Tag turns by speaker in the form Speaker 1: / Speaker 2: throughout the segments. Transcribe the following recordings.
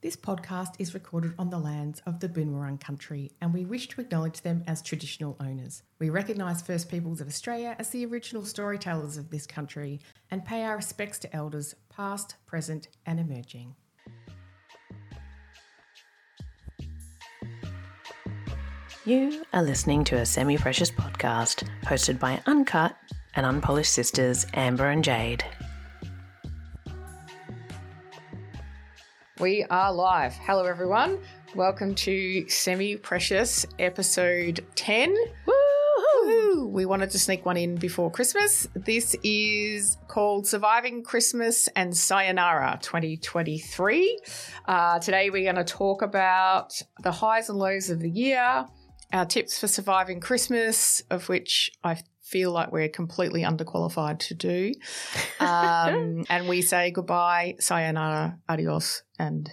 Speaker 1: This podcast is recorded on the lands of the Boonwurrung country and we wish to acknowledge them as traditional owners. We recognise First Peoples of Australia as the original storytellers of this country and pay our respects to elders past, present and emerging.
Speaker 2: You are listening to a semi precious podcast hosted by Uncut and Unpolished Sisters Amber and Jade.
Speaker 1: We are live. Hello, everyone. Welcome to Semi Precious episode 10. Woo! We wanted to sneak one in before Christmas. This is called Surviving Christmas and Sayonara 2023. Uh, today, we're going to talk about the highs and lows of the year, our tips for surviving Christmas, of which I feel like we're completely underqualified to do. Um, and we say goodbye, sayonara, adios, and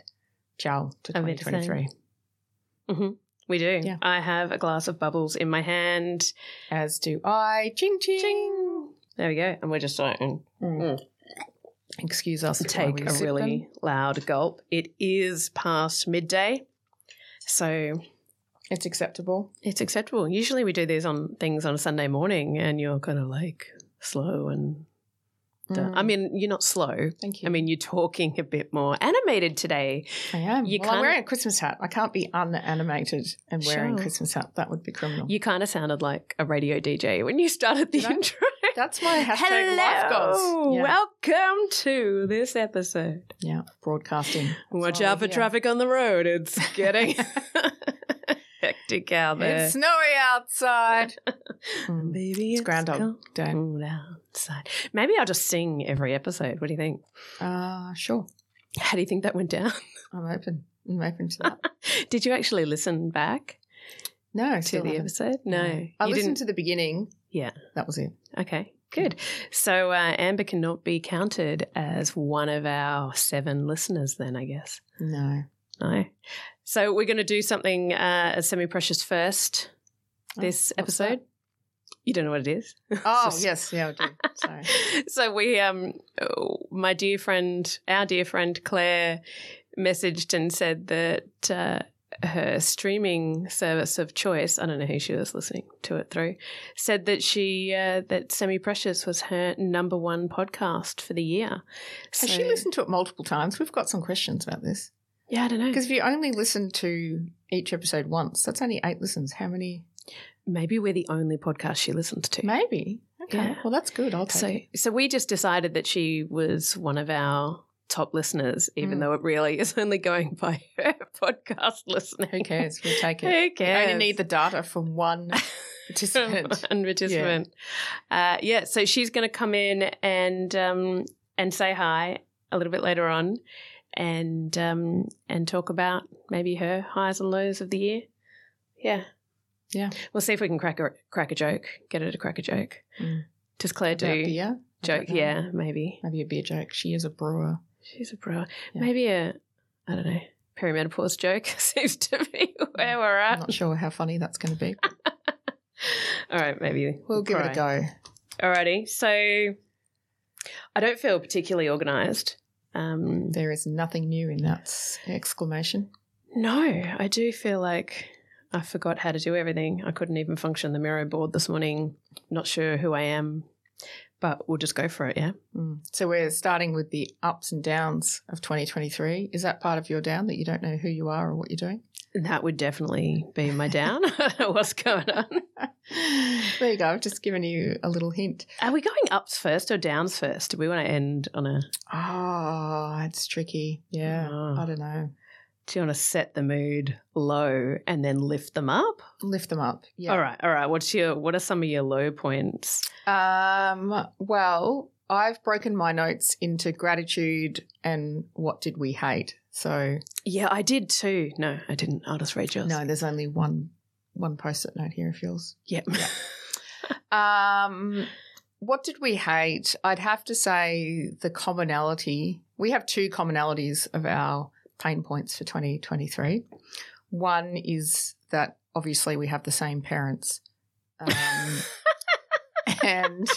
Speaker 1: ciao to
Speaker 3: I meant to say.
Speaker 1: 2023.
Speaker 3: hmm We do.
Speaker 1: Yeah.
Speaker 3: I have a glass of bubbles in my hand.
Speaker 1: As do I. Ching, ching.
Speaker 3: There we go. And we're just like, mm,
Speaker 1: Mm. Excuse us. while we
Speaker 3: take a
Speaker 1: sip
Speaker 3: really
Speaker 1: them.
Speaker 3: loud gulp. It is past midday. So
Speaker 1: It's acceptable.
Speaker 3: it's acceptable. Usually we do these on things on a Sunday morning and you're kind of like slow and.
Speaker 1: Mm.
Speaker 3: I mean, you're not slow.
Speaker 1: Thank you.
Speaker 3: I mean, you're talking a bit more animated today.
Speaker 1: I am.
Speaker 3: you
Speaker 1: well, I'm
Speaker 3: can't-
Speaker 1: wearing a Christmas hat. I can't be unanimated and wearing
Speaker 3: Sure.
Speaker 1: Christmas hat. That would be criminal.
Speaker 3: You kind of sounded like a radio DJ when you started the
Speaker 1: Did I?
Speaker 3: intro.
Speaker 1: That's my hashtag life goals. Yeah.
Speaker 3: Welcome to this episode.
Speaker 1: yeah. Broadcasting. That's
Speaker 3: Watch
Speaker 1: why
Speaker 3: out for
Speaker 1: we're here.
Speaker 3: traffic on the road. It's getting hectic out there.
Speaker 1: It's snowy outside. Mm.
Speaker 3: Baby,
Speaker 1: It's Groundhog Day.
Speaker 3: cold outside. Maybe I'll just sing every episode. What do you think?
Speaker 1: Uh, sure.
Speaker 3: How do you think that went down?
Speaker 1: I'm open. I'm open to that.
Speaker 3: Did you actually listen back
Speaker 1: No, I
Speaker 3: to
Speaker 1: still
Speaker 3: the
Speaker 1: haven't.
Speaker 3: episode? No,
Speaker 1: I
Speaker 3: you
Speaker 1: listened
Speaker 3: didn't.
Speaker 1: to the beginning.
Speaker 3: Yeah.
Speaker 1: That was it.
Speaker 3: okay, good. So uh, Amber cannot be counted as one of our seven listeners. Then I guess
Speaker 1: No.
Speaker 3: no. So we're going to do something uh, semi precious first. This
Speaker 1: Oh, what's that?
Speaker 3: episode. You don't know what it is.
Speaker 1: Oh, yes. Yeah, I did. Sorry.
Speaker 3: so we um oh, my dear friend our dear friend claire messaged and said that uh, her streaming service of choice i don't know who she was listening to it through said that she uh, that semi precious was her number one podcast for the year
Speaker 1: Has she
Speaker 3: So-
Speaker 1: listened to it multiple times? We've got some questions about this.
Speaker 3: yeah i don't know
Speaker 1: Because if you only listen to each episode once, that's only eight listens. How many?
Speaker 3: maybe we're the only podcast she listens to
Speaker 1: Maybe. Okay.
Speaker 3: Yeah.
Speaker 1: Well, that's good. I'll take
Speaker 3: So,
Speaker 1: it.
Speaker 3: so we just decided that she was one of our top listeners, even
Speaker 1: Mm.
Speaker 3: though it really is only going by her podcast listening.
Speaker 1: Who cares? We'll take it.
Speaker 3: Who
Speaker 1: I
Speaker 3: cares?
Speaker 1: only need the data from one participant.
Speaker 3: One participant. Uh, yeah. So she's going to come in and um, and say hi a little bit later on, and um, and talk about maybe her highs and lows of the year. Yeah.
Speaker 1: Yeah.
Speaker 3: We'll see if we can crack a crack a joke. Get her to crack a joke.
Speaker 1: Mm.
Speaker 3: Does Claire
Speaker 1: About
Speaker 3: do
Speaker 1: beer? I
Speaker 3: joke?
Speaker 1: don't know.
Speaker 3: Yeah, maybe.
Speaker 1: Maybe a beer joke. She is a brewer.
Speaker 3: She's a bra.
Speaker 1: Yeah.
Speaker 3: Maybe a, I don't know, perimenopause joke seems to be where we're
Speaker 1: I'm
Speaker 3: at.
Speaker 1: not sure how funny that's going to be.
Speaker 3: All right, maybe
Speaker 1: We'll give it a go.
Speaker 3: go. Alrighty, so I don't feel particularly organised. Um,
Speaker 1: There is nothing new in that s- exclamation.
Speaker 3: no, I do feel like I forgot how to do everything. I couldn't even function the mirror board this morning. Not sure who I am, but we'll just go for it. Yeah.
Speaker 1: Mm. So we're starting with the ups and downs of 2023. Is that part of your down that you don't know who you are or what you're doing?
Speaker 3: That would definitely be my down. What's going on?
Speaker 1: there you go. I've just given you a little hint.
Speaker 3: Are we going ups first or downs first? Do we want to end on a
Speaker 1: Ah, it's tricky. Yeah.
Speaker 3: Ah.
Speaker 1: I don't know.
Speaker 3: Do you want to set the mood low and then lift them up?
Speaker 1: Lift them up. Yeah.
Speaker 3: All right, all right. What's your what are some of your low points?
Speaker 1: Um, well, I've broken my notes into gratitude and what did we hate. So
Speaker 3: Yeah, I did too. No, I didn't. I'll just read yours.
Speaker 1: no, there's only one one post-it note here of yours.
Speaker 3: Yeah.
Speaker 1: Um, what did we hate? I'd have to say the commonality. We have two commonalities of our pain points for 2023. One is that obviously we have the same parents, um, and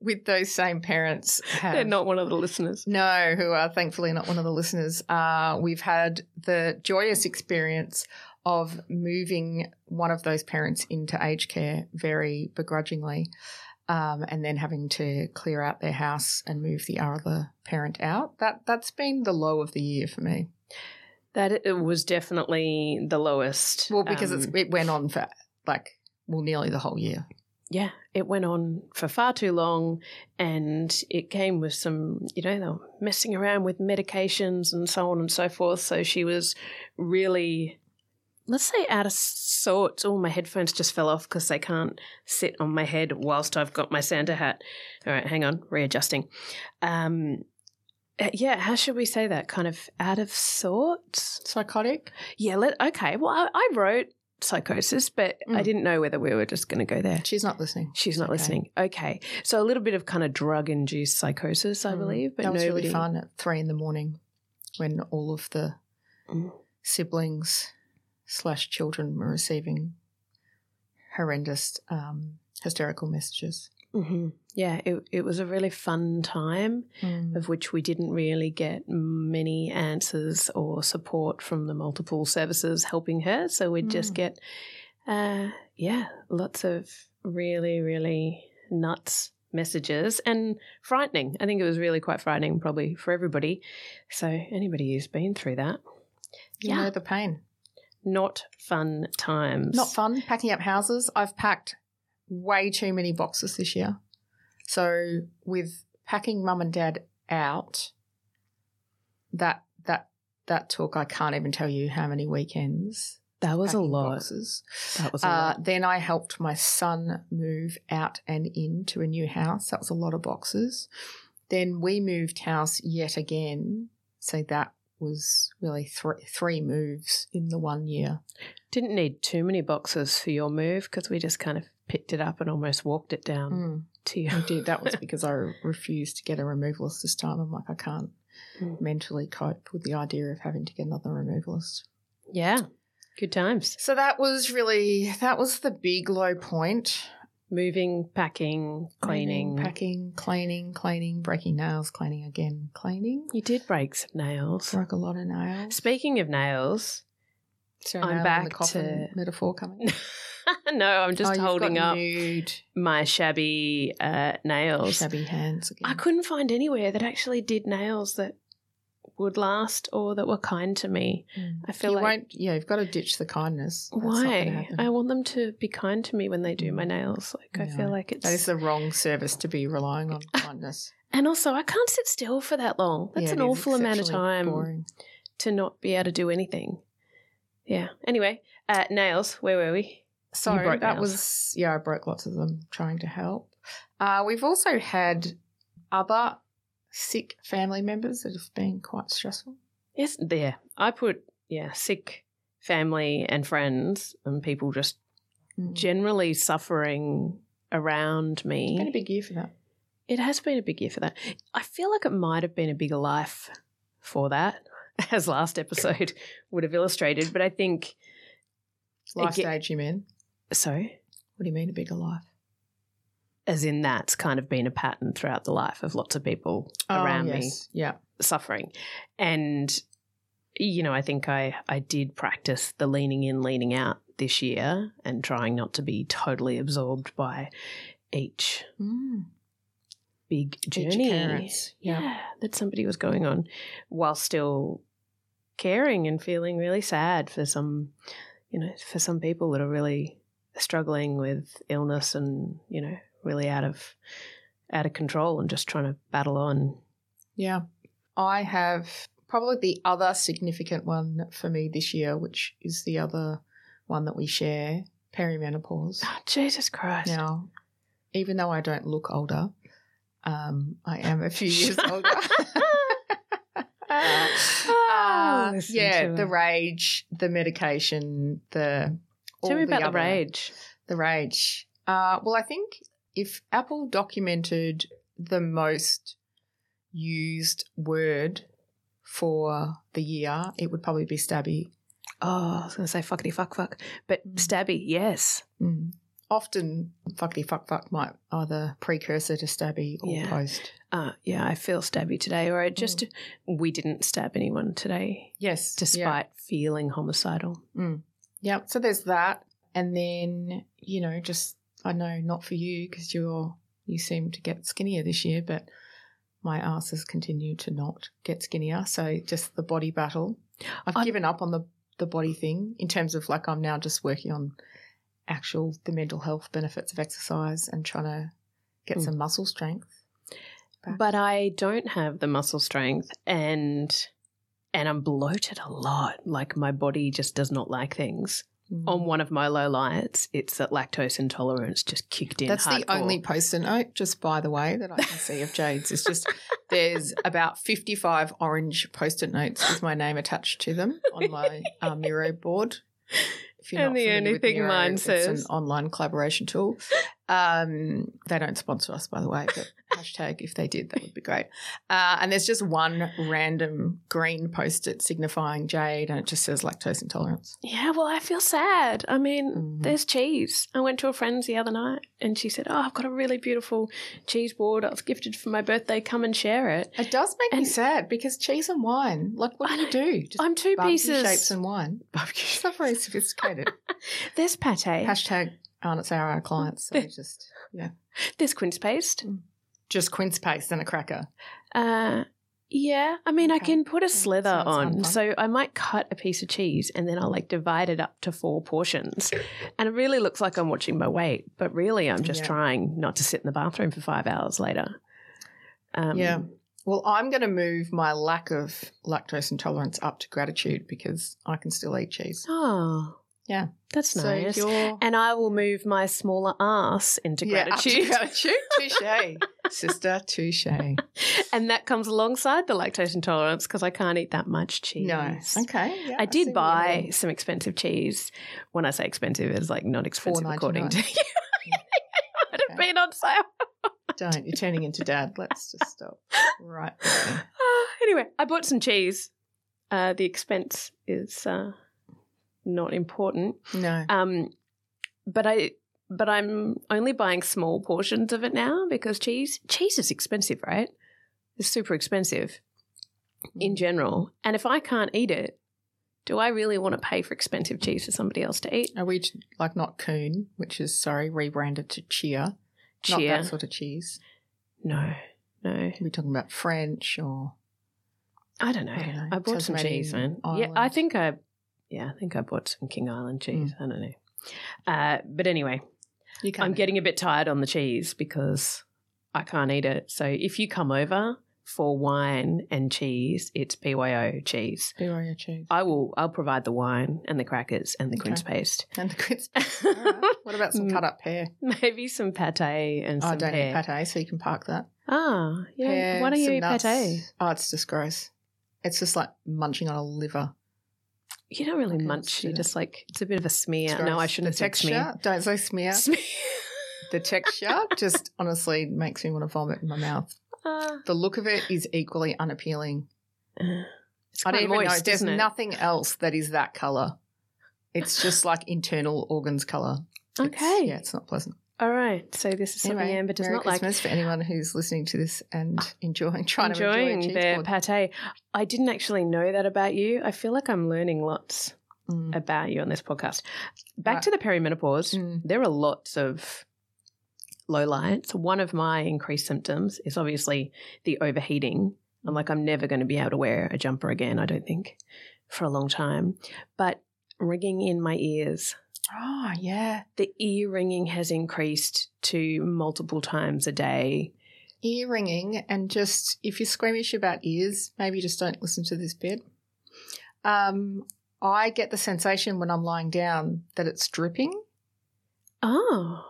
Speaker 1: with those same parents have.
Speaker 3: They're not one of the listeners.
Speaker 1: No, who are thankfully not one of the listeners. Uh, we've had the joyous experience of moving one of those parents into aged care very begrudgingly um, and then having to clear out their house and move the other parent out. That, that's been the low of the year for me.
Speaker 3: That it was definitely the lowest.
Speaker 1: Well, because
Speaker 3: um,
Speaker 1: it's, it went on for like, well, nearly the whole year.
Speaker 3: yeah, it went on for far too long, and it came with some, you know, they were messing around with medications and so on and so forth. So she was really, let's say, out of sorts. Oh, my headphones just fell off because they can't sit on my head whilst I've got my Santa hat. All right, hang on, readjusting. Um, uh, yeah, how should we say that? Kind of out of sorts.
Speaker 1: Psychotic?
Speaker 3: Yeah, let okay. Well, I, I wrote psychosis, but I
Speaker 1: Mm.
Speaker 3: didn't know whether we were just going to go there.
Speaker 1: She's not listening.
Speaker 3: She's not
Speaker 1: Okay.
Speaker 3: listening. Okay, so a little bit of kind of drug-induced psychosis, I
Speaker 1: Mm.
Speaker 3: believe, but
Speaker 1: that was
Speaker 3: nobody.
Speaker 1: really fun at three in the morning when all of the
Speaker 3: Mm.
Speaker 1: siblings slash children were receiving horrendous um, hysterical messages.
Speaker 3: hmm Yeah, it, it was a really fun time of which we didn't really get many answers or support from the multiple services helping her. So we'd just
Speaker 1: Mm.
Speaker 3: get, uh, yeah, lots of really, really nuts messages and frightening. I think it was really quite frightening, probably for everybody. So anybody who's been through that,
Speaker 1: You know the pain.
Speaker 3: not fun times.
Speaker 1: Not fun packing up houses. I've packed way too many boxes this year. So with packing mum and dad out, that that that took I can't even tell you how many weekends
Speaker 3: That was a
Speaker 1: packing
Speaker 3: lot.
Speaker 1: boxes.
Speaker 3: That was a
Speaker 1: Uh,
Speaker 3: lot.
Speaker 1: then I helped my son move out and into a new house. That was a lot of boxes. Then we moved house yet again. So that was really three, three moves in the one year.
Speaker 3: Didn't need too many boxes for your move because we just kind of picked it up and almost walked it down
Speaker 1: Mm,
Speaker 3: to you.
Speaker 1: I did. That was because I refused to get a removalist this time. I'm like, I can't
Speaker 3: Mm.
Speaker 1: mentally cope with the idea of having to get another removalist.
Speaker 3: Yeah. Good times.
Speaker 1: So that was really, that was the big low point.
Speaker 3: Moving, packing, cleaning.
Speaker 1: Packing, cleaning, cleaning, breaking nails, cleaning again, cleaning.
Speaker 3: You did break some nails.
Speaker 1: broke a lot of nails.
Speaker 3: Speaking of nails,
Speaker 1: So
Speaker 3: I'm
Speaker 1: nail in
Speaker 3: back
Speaker 1: the coffin
Speaker 3: to-
Speaker 1: metaphor coming.
Speaker 3: no, I'm just
Speaker 1: Oh, you've
Speaker 3: holding
Speaker 1: got
Speaker 3: up
Speaker 1: nude,
Speaker 3: my shabby uh, nails.
Speaker 1: shabby hands again.
Speaker 3: I couldn't find anywhere that actually did nails that would last or that were kind to me.
Speaker 1: Mm.
Speaker 3: I feel
Speaker 1: you
Speaker 3: like-
Speaker 1: won't. Yeah, you've got to ditch the kindness. That's not gonna
Speaker 3: Why?
Speaker 1: happen.
Speaker 3: I want them to be kind to me when they do my nails. Like I
Speaker 1: No,
Speaker 3: feel like
Speaker 1: that is
Speaker 3: it's
Speaker 1: the wrong service to be relying on kindness.
Speaker 3: and also I can't sit still for that long. That's
Speaker 1: Yeah,
Speaker 3: an
Speaker 1: it is
Speaker 3: awful amount of
Speaker 1: exceptionally
Speaker 3: time.
Speaker 1: Boring.
Speaker 3: to not be able to do anything. Yeah. Anyway, uh, nails. Where were we?
Speaker 1: So
Speaker 3: You broke
Speaker 1: that
Speaker 3: nails.
Speaker 1: was yeah. I broke lots of them trying to help. Uh, we've also had other sick family members that have been quite stressful.
Speaker 3: Yes, there. I put yeah, sick family and friends and people just
Speaker 1: Mm.
Speaker 3: generally suffering around
Speaker 1: It's been a
Speaker 3: me.
Speaker 1: big year for that.
Speaker 3: It has been a big year for that. I feel like it might have been a bigger life for that, as last episode would have illustrated. But I think
Speaker 1: Life
Speaker 3: Again-
Speaker 1: stage, you mean?
Speaker 3: so.
Speaker 1: What do you mean a bigger life?
Speaker 3: As in, that's kind of been a pattern throughout the life of lots of people
Speaker 1: Oh,
Speaker 3: around me.
Speaker 1: yes. Yeah.
Speaker 3: suffering and you know i think i i did practice the leaning in leaning out this year and trying not to be totally absorbed by each
Speaker 1: Mm.
Speaker 3: big
Speaker 1: Each
Speaker 3: journey
Speaker 1: occurrence, yeah.
Speaker 3: that somebody was going on while still caring and feeling really sad for some you know for some people that are really struggling with illness and you know really out of out of control and just trying to battle on
Speaker 1: Yeah. I have probably the other significant one for me this year, which is the other one that we share perimenopause.
Speaker 3: oh, jesus christ
Speaker 1: Now, even though I don't look older, um, I am a few years older.
Speaker 3: Oh,
Speaker 1: Uh,
Speaker 3: listen
Speaker 1: yeah,
Speaker 3: to
Speaker 1: the
Speaker 3: her.
Speaker 1: rage, the medication, the. all
Speaker 3: Tell me about the
Speaker 1: other-
Speaker 3: rage.
Speaker 1: The rage. Uh, well, I think if Apple documented the most used word for the year, it would probably be stabby.
Speaker 3: Oh, I was going to say fuckity fuck fuck, but
Speaker 1: Mm.
Speaker 3: stabby, yes.
Speaker 1: Mm. often fuckity fuck fuck might either precursor to stabby or
Speaker 3: Yeah.
Speaker 1: post.
Speaker 3: Uh, yeah, I feel stabby today, or I just, we didn't stab anyone today,
Speaker 1: Yes. yeah.
Speaker 3: despite feeling homicidal.
Speaker 1: Yep. So there's that, and then you know, just I know not for you because you're you seem to get skinnier this year, but my ass has continued to not get skinnier. So just the body battle. I've
Speaker 3: I-
Speaker 1: given up on the the body thing in terms of like I'm now just working on actual the mental health benefits of exercise and trying to get
Speaker 3: Mm.
Speaker 1: some muscle strength. back.
Speaker 3: But I don't have the muscle strength and and I'm bloated a lot. Like my body just does not like things.
Speaker 1: Mm.
Speaker 3: On one of my low lights, it's that lactose intolerance just kicked in.
Speaker 1: That's the
Speaker 3: hardcore.
Speaker 1: only post-it note, just by the way, that I can see of Jade's. It's just there's about 55 orange post-it notes with my name attached to them on my uh, Miro board. If
Speaker 3: And the
Speaker 1: familiar
Speaker 3: only
Speaker 1: with
Speaker 3: thing mine
Speaker 1: it's
Speaker 3: says-
Speaker 1: an online collaboration tool. Um, they don't sponsor us, by the way, but hashtag if they did, that would be great. Uh, and there's just one random green post-it signifying Jade, and it just says lactose intolerance.
Speaker 3: Yeah, well, I feel sad. I mean,
Speaker 1: Mhm.
Speaker 3: there's cheese. I went to a friend's the other night and she said, Oh, I've got a really beautiful cheese board. I was gifted for my birthday. Come and share it.
Speaker 1: It does make me
Speaker 3: And-
Speaker 1: sad because cheese and wine, like, what
Speaker 3: I
Speaker 1: do you do? Just
Speaker 3: I'm two
Speaker 1: barbecue
Speaker 3: pieces.
Speaker 1: shapes and wine. It's
Speaker 3: barbecue.
Speaker 1: not very sophisticated.
Speaker 3: There's pate.
Speaker 1: Hashtag aren't it's our, our clients. So we just yeah,
Speaker 3: There's quince paste.
Speaker 1: just quince paste and a cracker.
Speaker 3: Uh, yeah, I mean, I
Speaker 1: Okay.
Speaker 3: can put a
Speaker 1: that
Speaker 3: slither
Speaker 1: sounds
Speaker 3: on,
Speaker 1: unfun.
Speaker 3: so I might cut a piece of cheese and then I'll like divide it up to four portions, and it really looks like I'm watching my weight, but really I'm just
Speaker 1: Yeah.
Speaker 3: trying not to sit in the bathroom for five hours later. Um,
Speaker 1: Yeah. Well, I'm going to move my lack of lactose intolerance up to gratitude because I can still eat cheese.
Speaker 3: Oh,
Speaker 1: Yeah.
Speaker 3: that's nice.
Speaker 1: you're
Speaker 3: And I will move my smaller ass into
Speaker 1: Yeah, up to
Speaker 3: gratitude,
Speaker 1: gratitude. Touche, sister. Touche.
Speaker 3: and that comes alongside the lactose intolerance because I can't eat that much cheese.
Speaker 1: No. Okay. yeah,
Speaker 3: I
Speaker 1: see what
Speaker 3: did
Speaker 1: you
Speaker 3: buy
Speaker 1: mean.
Speaker 3: some expensive cheese. When I say expensive, it's like not expensive according to you.
Speaker 1: $4.99.
Speaker 3: it would have
Speaker 1: Okay.
Speaker 3: been on sale.
Speaker 1: Don't. You're turning into dad. Let's just stop. Right. there.
Speaker 3: Ah, anyway, I bought some cheese. Uh, the expense is uh, not important.
Speaker 1: No.
Speaker 3: Um, but I but I'm only buying small portions of it now because cheese cheese is expensive, right? It's super expensive
Speaker 1: Mm.
Speaker 3: in general. And if I can't eat it, do I really want to pay for expensive cheese for somebody else to eat?
Speaker 1: Are we ch- like not coon, which is sorry rebranded to cheer?
Speaker 3: Cheer.
Speaker 1: Not that sort of cheese.
Speaker 3: No, no.
Speaker 1: Are we talking about French or
Speaker 3: I don't know.
Speaker 1: I
Speaker 3: I,
Speaker 1: don't know.
Speaker 3: bought some
Speaker 1: Tasmanian
Speaker 3: cheese, man. Yeah,
Speaker 1: island.
Speaker 3: I think I, yeah, I think I bought some King Island cheese.
Speaker 1: Hmm.
Speaker 3: I don't know. Uh, but anyway,
Speaker 1: you
Speaker 3: I'm
Speaker 1: eat
Speaker 3: getting a bit tired on the cheese because I can't eat it. So if you come over for wine and cheese, it's BYO cheese.
Speaker 1: Bavaria cheese
Speaker 3: I will. I'll provide the wine and the crackers and the quince paste.
Speaker 1: and the crisp. All right. What about some
Speaker 3: Mm.
Speaker 1: cut up pear?
Speaker 3: Maybe some pate and
Speaker 1: Oh, I
Speaker 3: some
Speaker 1: don't
Speaker 3: pear.
Speaker 1: eat pate, so you can park that.
Speaker 3: Ah, yeah.
Speaker 1: Pear,
Speaker 3: Why don't you
Speaker 1: some
Speaker 3: eat
Speaker 1: nuts.
Speaker 3: pate?
Speaker 1: Oh, it's just gross. It's just like munching on a liver.
Speaker 3: You don't really
Speaker 1: Okay, let's
Speaker 3: munch.
Speaker 1: do
Speaker 3: You
Speaker 1: that.
Speaker 3: just like it's a bit of a
Speaker 1: It's
Speaker 3: smear. No,
Speaker 1: gross.
Speaker 3: I shouldn't
Speaker 1: The
Speaker 3: have
Speaker 1: texture,
Speaker 3: said
Speaker 1: don't say smear.
Speaker 3: smear.
Speaker 1: The texture just honestly makes me want to vomit in my mouth.
Speaker 3: Ah.
Speaker 1: The look of it is equally unappealing.
Speaker 3: It's
Speaker 1: I
Speaker 3: quite
Speaker 1: don't even know.
Speaker 3: moist,
Speaker 1: There's
Speaker 3: isn't it?
Speaker 1: nothing else that is that color. It's just like internal organs color.
Speaker 3: Okay.
Speaker 1: yeah, it's not pleasant.
Speaker 3: All right. So this is something
Speaker 1: Anyway,
Speaker 3: Amber does
Speaker 1: Merry
Speaker 3: not
Speaker 1: Christmas for anyone who's listening to this and enjoying trying
Speaker 3: like. Enjoying
Speaker 1: to enjoy a cheese
Speaker 3: their
Speaker 1: board.
Speaker 3: pate. I didn't actually know that about you. I feel like I'm learning lots
Speaker 1: Mm.
Speaker 3: about you on this podcast. Back
Speaker 1: Right.
Speaker 3: to the perimenopause.
Speaker 1: Mm.
Speaker 3: There are lots of low lights. One of my increased symptoms is obviously the overheating. I'm like, I'm never going to be able to wear a jumper again, I don't think, for a long time. But ringing in my ears.
Speaker 1: Oh yeah,
Speaker 3: the ear ringing has increased to multiple times a day.
Speaker 1: ear ringing and just if you're squeamish about ears, maybe just don't listen to this bit. Um, I get the sensation when I'm lying down that it's dripping,
Speaker 3: Oh,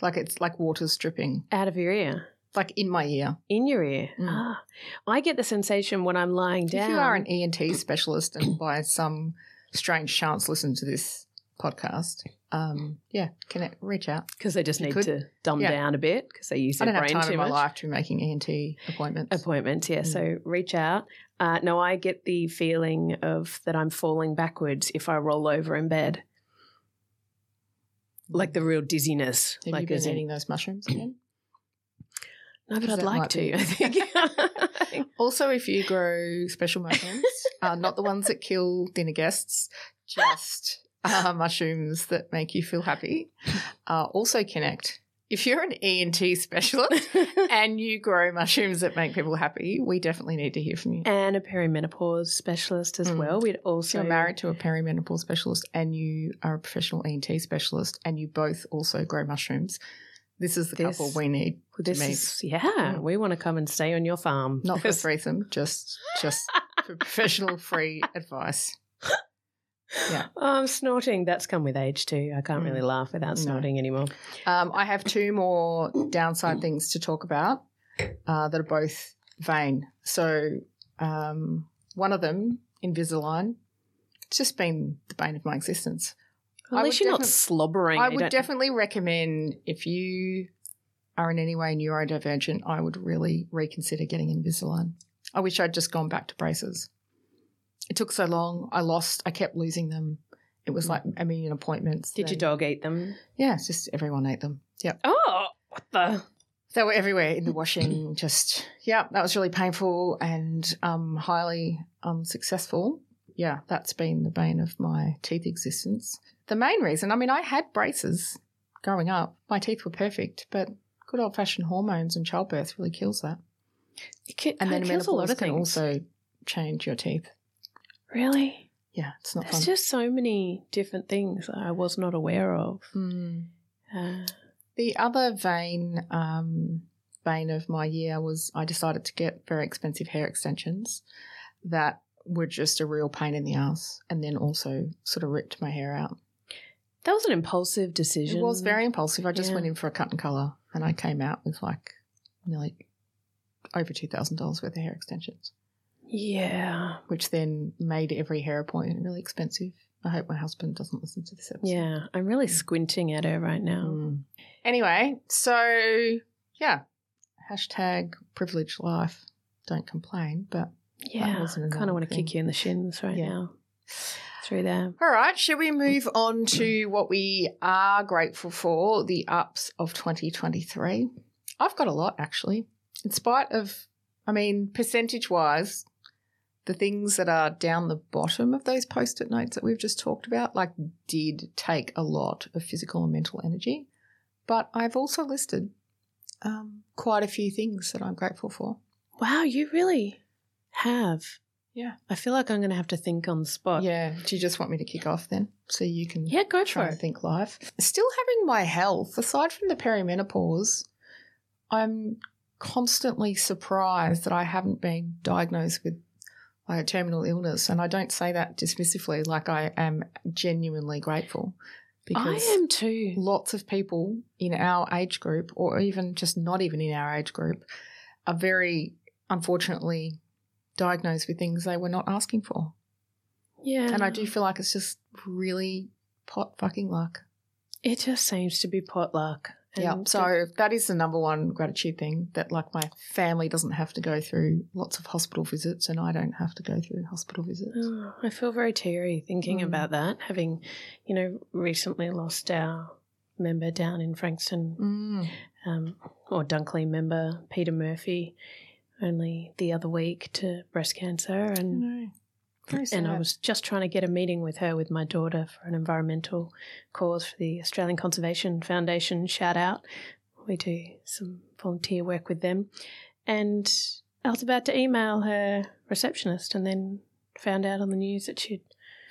Speaker 1: like it's like water's dripping,
Speaker 3: out of your ear,
Speaker 1: like in my ear.
Speaker 3: in your ear.
Speaker 1: Mm.
Speaker 3: Ah, I get the sensation when I'm lying down.
Speaker 1: If you are an ENT specialist and by some strange chance listen to this podcast, um, yeah, connect, reach out.
Speaker 3: because they just
Speaker 1: You
Speaker 3: need
Speaker 1: could.
Speaker 3: to dumb
Speaker 1: Yeah.
Speaker 3: down a bit because they use
Speaker 1: I
Speaker 3: their
Speaker 1: don't have
Speaker 3: brain
Speaker 1: time
Speaker 3: too
Speaker 1: in my
Speaker 3: much.
Speaker 1: life to be making ENT appointments.
Speaker 3: Appointments, yeah.
Speaker 1: Mm.
Speaker 3: So reach out. Uh, no, I get the feeling of that I'm falling backwards if I roll over in bed. like the real dizziness.
Speaker 1: Mm. Have
Speaker 3: like
Speaker 1: you been
Speaker 3: as in-
Speaker 1: eating those mushrooms again?
Speaker 3: No, but
Speaker 1: Because
Speaker 3: I'd
Speaker 1: that
Speaker 3: like
Speaker 1: might
Speaker 3: to.
Speaker 1: be-
Speaker 3: I think.
Speaker 1: Also, if you grow special mushrooms, uh, not the ones that kill dinner guests, just uh, mushrooms that make you feel happy. Uh, also, connect. If you're an ENT specialist and you grow mushrooms that make people happy, we definitely need to hear from you.
Speaker 3: and a perimenopause specialist as
Speaker 1: Mm.
Speaker 3: well. We'd
Speaker 1: If
Speaker 3: also
Speaker 1: you're married to a perimenopause specialist and you are a professional ENT specialist and you both also grow mushrooms, this is the
Speaker 3: This-
Speaker 1: couple we need to
Speaker 3: This
Speaker 1: meet.
Speaker 3: is, yeah,
Speaker 1: Mm.
Speaker 3: we want to come and stay on your farm.
Speaker 1: Not for
Speaker 3: Yes.
Speaker 1: threesome, just just for professional free advice. Yeah.
Speaker 3: Oh, I'm snorting. That's come with age too. I can't
Speaker 1: Mm.
Speaker 3: really laugh without
Speaker 1: No.
Speaker 3: snorting anymore.
Speaker 1: Um, I have two more downside things to talk about uh, that are both vain. So, um, one of them, Invisalign, it's just been the bane of my existence.
Speaker 3: At
Speaker 1: I
Speaker 3: least
Speaker 1: would
Speaker 3: you're not
Speaker 1: defin-
Speaker 3: slobbering.
Speaker 1: I
Speaker 3: You
Speaker 1: would
Speaker 3: don't-
Speaker 1: definitely recommend if you are in any way neurodivergent, I would really reconsider getting Invisalign. I wish I'd just gone back to braces. It took so long. I lost, I kept losing them. It was like a million appointments.
Speaker 3: Mm. Did your
Speaker 1: Then-
Speaker 3: dog eat them?
Speaker 1: Yeah, it's just everyone ate them. Yep.
Speaker 3: Oh, what the?
Speaker 1: They were everywhere in the washing. Just yeah, that was really painful and um, highly unsuccessful. Yeah, that's been the bane of my teeth existence. The main reason, I mean, I had braces growing up. My teeth were perfect, but good old fashioned hormones and childbirth really kills that.
Speaker 3: It can, oh,
Speaker 1: And then
Speaker 3: it kills a lot
Speaker 1: menopause
Speaker 3: of
Speaker 1: can
Speaker 3: things.
Speaker 1: also change your teeth.
Speaker 3: really,
Speaker 1: Yeah, it's not
Speaker 3: there's
Speaker 1: fun.
Speaker 3: just so many different things that I was not aware of.
Speaker 1: Mm.
Speaker 3: Uh,
Speaker 1: The other vein um, vein of my year was I decided to get very expensive hair extensions that were just a real pain in the ass, and then also sort of ripped my hair out.
Speaker 3: that was an impulsive decision.
Speaker 1: It was very impulsive. I just
Speaker 3: Yeah.
Speaker 1: went in for a cut and color, and I came out with like nearly over two thousand dollars worth of hair extensions,
Speaker 3: Yeah.
Speaker 1: which then made every hair appointment really expensive. I hope my husband doesn't listen to this episode.
Speaker 3: Yeah. I'm really squinting at her right now.
Speaker 1: Mm. Anyway, so yeah, hashtag privileged life. Don't complain, but
Speaker 3: Yeah.
Speaker 1: was an
Speaker 3: kind of want to
Speaker 1: annoying
Speaker 3: kick you in the shins right
Speaker 1: Yeah.
Speaker 3: now. Through there.
Speaker 1: all right. Should we move on to what we are grateful for? The ups of 2023. I've got a lot actually. In spite of, I mean, percentage wise, the things that are down the bottom of those post-it notes that we've just talked about, like, did take a lot of physical and mental energy. But I've also listed um, quite a few things that I'm grateful for.
Speaker 3: Wow, you really have.
Speaker 1: Yeah.
Speaker 3: I feel like I'm going to have to think on the spot.
Speaker 1: Yeah. Do you just want me to kick off then, so you can?
Speaker 3: Yeah, go for
Speaker 1: trying to
Speaker 3: it.
Speaker 1: think life. Still having my health, aside from the perimenopause, I'm constantly surprised that I haven't been diagnosed with like a terminal illness. And I don't say that dismissively, like I am genuinely grateful
Speaker 3: I
Speaker 1: because Mm.
Speaker 3: am too.
Speaker 1: lots of people in our age group, or even just not even in our age group, are very unfortunately diagnosed with things they were not asking for.
Speaker 3: Yeah.
Speaker 1: And I do feel like it's just really pot fucking luck.
Speaker 3: It just seems to be potluck.
Speaker 1: Yeah.
Speaker 3: And
Speaker 1: So that is the number one gratitude thing that, like, my family doesn't have to go through lots of hospital visits, and I don't have to go through hospital visits.
Speaker 3: Oh, I feel very teary thinking
Speaker 1: Mm.
Speaker 3: about that, having, you know, recently lost our member down in Frankston
Speaker 1: Mm.
Speaker 3: um, or Dunkley member Peter Murphy only the other week to breast cancer, and
Speaker 1: No. Very
Speaker 3: and I
Speaker 1: Mm, sad.
Speaker 3: was just trying to get a meeting with her with my daughter for an environmental cause for the Australian Conservation Foundation. Shout out, we do some volunteer work with them, and I was about to email her receptionist, and then found out on the news that she'd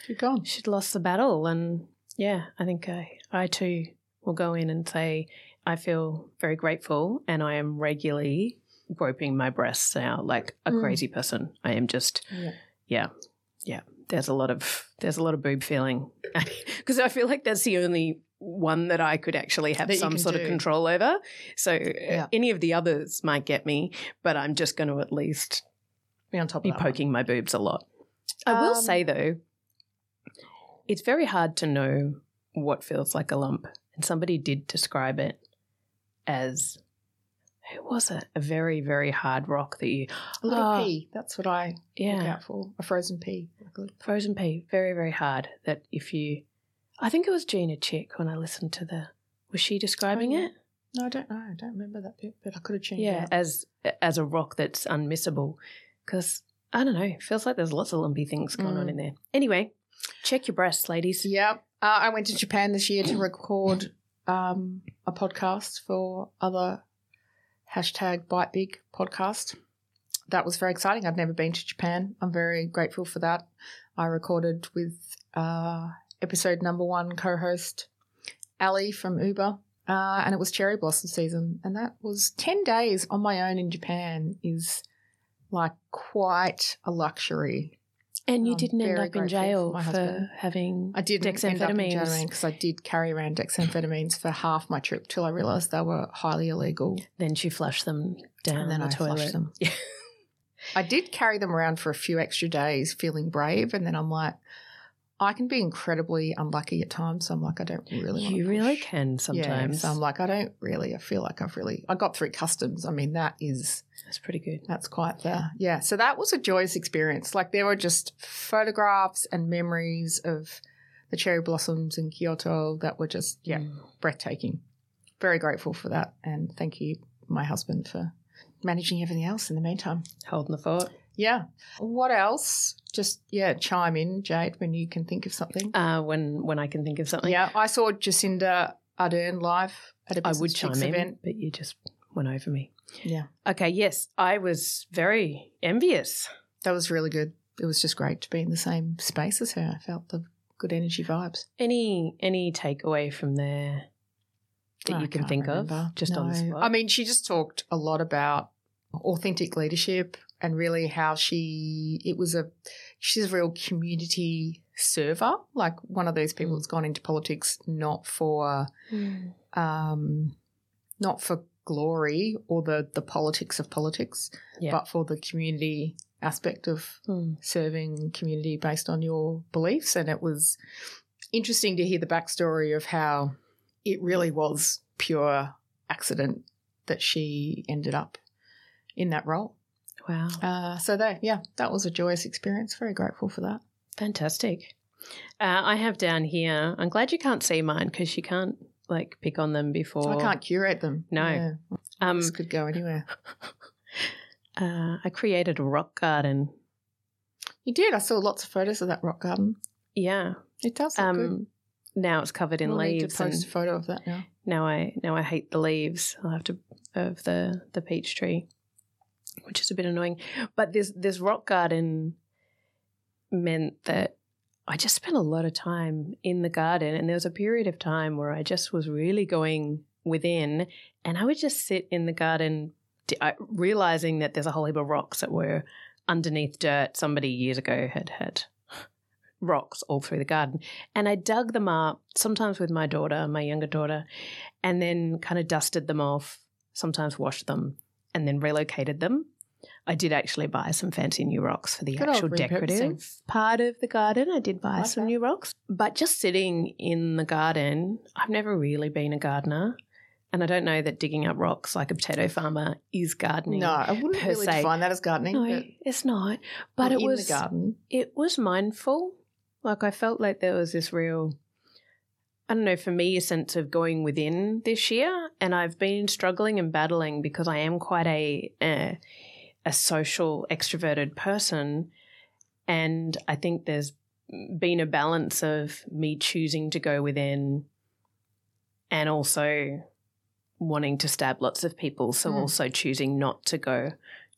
Speaker 1: You're gone.
Speaker 3: she'd lost the battle and yeah i think i i too will go in and say i feel very grateful and i am regularly groping my breasts now like a
Speaker 1: Mm.
Speaker 3: crazy person i am just
Speaker 1: Yeah.
Speaker 3: yeah yeah there's a lot of there's a lot of boob feeling because i feel like that's the only one that i could actually have
Speaker 1: That you
Speaker 3: some
Speaker 1: can
Speaker 3: sort of
Speaker 1: do.
Speaker 3: control over so uh,
Speaker 1: Yeah.
Speaker 3: any of the others might get me but i'm just going to at least
Speaker 1: Be on top
Speaker 3: be
Speaker 1: of that.
Speaker 3: poking my boobs a lot. I will
Speaker 1: Um,
Speaker 3: say though, it's very hard to know what feels like a lump. And somebody did describe it as who was it? A very, very hard rock that you
Speaker 1: A little
Speaker 3: Ah.
Speaker 1: pea. That's what I
Speaker 3: Yeah.
Speaker 1: look out for. A frozen pea. Good.
Speaker 3: Frozen pea, very, very hard that if you I think it was Gina Chick when I listened to the. Was she describing
Speaker 1: yeah.
Speaker 3: it?
Speaker 1: No, I don't know. I don't remember that bit, but I could have changed
Speaker 3: Oh, Yeah, as as a rock that's unmissable, because I don't know. It feels like there's lots of lumpy things going on
Speaker 1: Mm.
Speaker 3: in there. Anyway, check your breasts, ladies.
Speaker 1: Yep. Uh, I went to Japan this year to record um, a podcast for other hashtag Bite Big podcast. That was very exciting. I'd never been to Japan. I'm very grateful for that. I recorded with uh, episode number one co host Ali from Uber, uh, and it was cherry blossom season. And that was 10 days on my own in Japan, is like quite a luxury.
Speaker 3: And you
Speaker 1: I'm
Speaker 3: didn't end
Speaker 1: very
Speaker 3: up in
Speaker 1: grateful
Speaker 3: jail
Speaker 1: for my
Speaker 3: for
Speaker 1: husband.
Speaker 3: having
Speaker 1: I did end up in
Speaker 3: dexamphetamines.
Speaker 1: jail because I did carry around dexamphetamines for half my trip till I realised they were highly illegal,
Speaker 3: Then she flushed them down
Speaker 1: and then
Speaker 3: the
Speaker 1: I
Speaker 3: toilet.
Speaker 1: flushed them.
Speaker 3: Yeah.
Speaker 1: I did carry them around for a few extra days, feeling brave, and then I'm like, I can be incredibly unlucky at times. So I'm like, I don't really. wanna
Speaker 3: You really
Speaker 1: push.
Speaker 3: can sometimes.
Speaker 1: Yeah, so I'm like, I don't really. I feel like I've really. I got through customs. I mean, that is
Speaker 3: That's pretty good.
Speaker 1: that's quite the yeah. So that was a joyous experience. Like there were just photographs and memories of the cherry blossoms in Kyoto that were just yeah
Speaker 3: Mm.
Speaker 1: breathtaking. Very grateful for that, and thank you, my husband, for managing everything else in the meantime.
Speaker 3: Holding the fort.
Speaker 1: Yeah. What else? Just yeah, chime in, Jade, when you can think of something.
Speaker 3: Uh, when when I can think of something,
Speaker 1: yeah, I saw Jacinda Ardern live at a
Speaker 3: I
Speaker 1: business
Speaker 3: would chime
Speaker 1: Chicks
Speaker 3: in,
Speaker 1: event.
Speaker 3: but you just went over me.
Speaker 1: Yeah,
Speaker 3: Okay, yes, I was very envious.
Speaker 1: that was really good. It was just great to be in the same space as her. I felt the good energy vibes.
Speaker 3: Any any takeaway from there that
Speaker 1: I
Speaker 3: you can
Speaker 1: can't
Speaker 3: think
Speaker 1: remember.
Speaker 3: of, just on the
Speaker 1: No.
Speaker 3: spot?
Speaker 1: I mean, she just talked a lot about authentic leadership and really how she it was a she's a real community server, like one of those
Speaker 3: Hmm.
Speaker 1: people that's gone into politics not for
Speaker 3: Mm.
Speaker 1: um not for glory or the the politics of politics,
Speaker 3: Yeah.
Speaker 1: but for the community aspect of
Speaker 3: Mm.
Speaker 1: serving community based on your beliefs. And it was interesting to hear the backstory of how it really was pure accident that she ended up in that role.
Speaker 3: wow,
Speaker 1: Uh, so there, yeah, that was a joyous experience. Very grateful for that.
Speaker 3: fantastic. Uh, I have down here. I'm glad you can't see mine because you can't like pick on them before.
Speaker 1: I can't curate them.
Speaker 3: No.
Speaker 1: Yeah,
Speaker 3: Um,
Speaker 1: this could go anywhere.
Speaker 3: uh, I created a rock garden.
Speaker 1: You did. I saw lots of photos of that rock garden.
Speaker 3: Yeah.
Speaker 1: It does look good.
Speaker 3: Um, now it's covered in
Speaker 1: We'll need
Speaker 3: leaves
Speaker 1: to
Speaker 3: and
Speaker 1: post a photo of that now.
Speaker 3: now I now I hate the leaves. I'll have to of the the peach tree, which is a bit annoying. But this this rock garden meant that I just spent a lot of time in the garden, and there was a period of time where I just was really going within, and I would just sit in the garden, d- I- realizing that there's a whole heap of rocks that were underneath dirt. Somebody years ago had had rocks all through the garden, and I dug them up sometimes with my daughter, my younger daughter, and then kind of dusted them off, sometimes washed them, and then relocated them. I did actually buy some fancy new rocks for the
Speaker 1: Good old
Speaker 3: actual
Speaker 1: repurposing.
Speaker 3: decorative part of the garden. I did buy
Speaker 1: Like
Speaker 3: some
Speaker 1: that.
Speaker 3: new rocks, but just sitting in the garden, I've never really been a gardener. And I don't know that digging up rocks like a potato farmer is gardening.
Speaker 1: No, I wouldn't
Speaker 3: Mm-hmm. per
Speaker 1: really
Speaker 3: se.
Speaker 1: define that as gardening.
Speaker 3: No,
Speaker 1: but,
Speaker 3: it's not. But it
Speaker 1: in
Speaker 3: was
Speaker 1: the garden.
Speaker 3: it was mindful. Like I felt like there was this real, I don't know, for me, a sense of going within this year, and I've been struggling and battling because I am quite a a, a social extroverted person, and I think there's been a balance of me choosing to go within, and also wanting to stab lots of people, so
Speaker 1: Hmm.
Speaker 3: also choosing not to go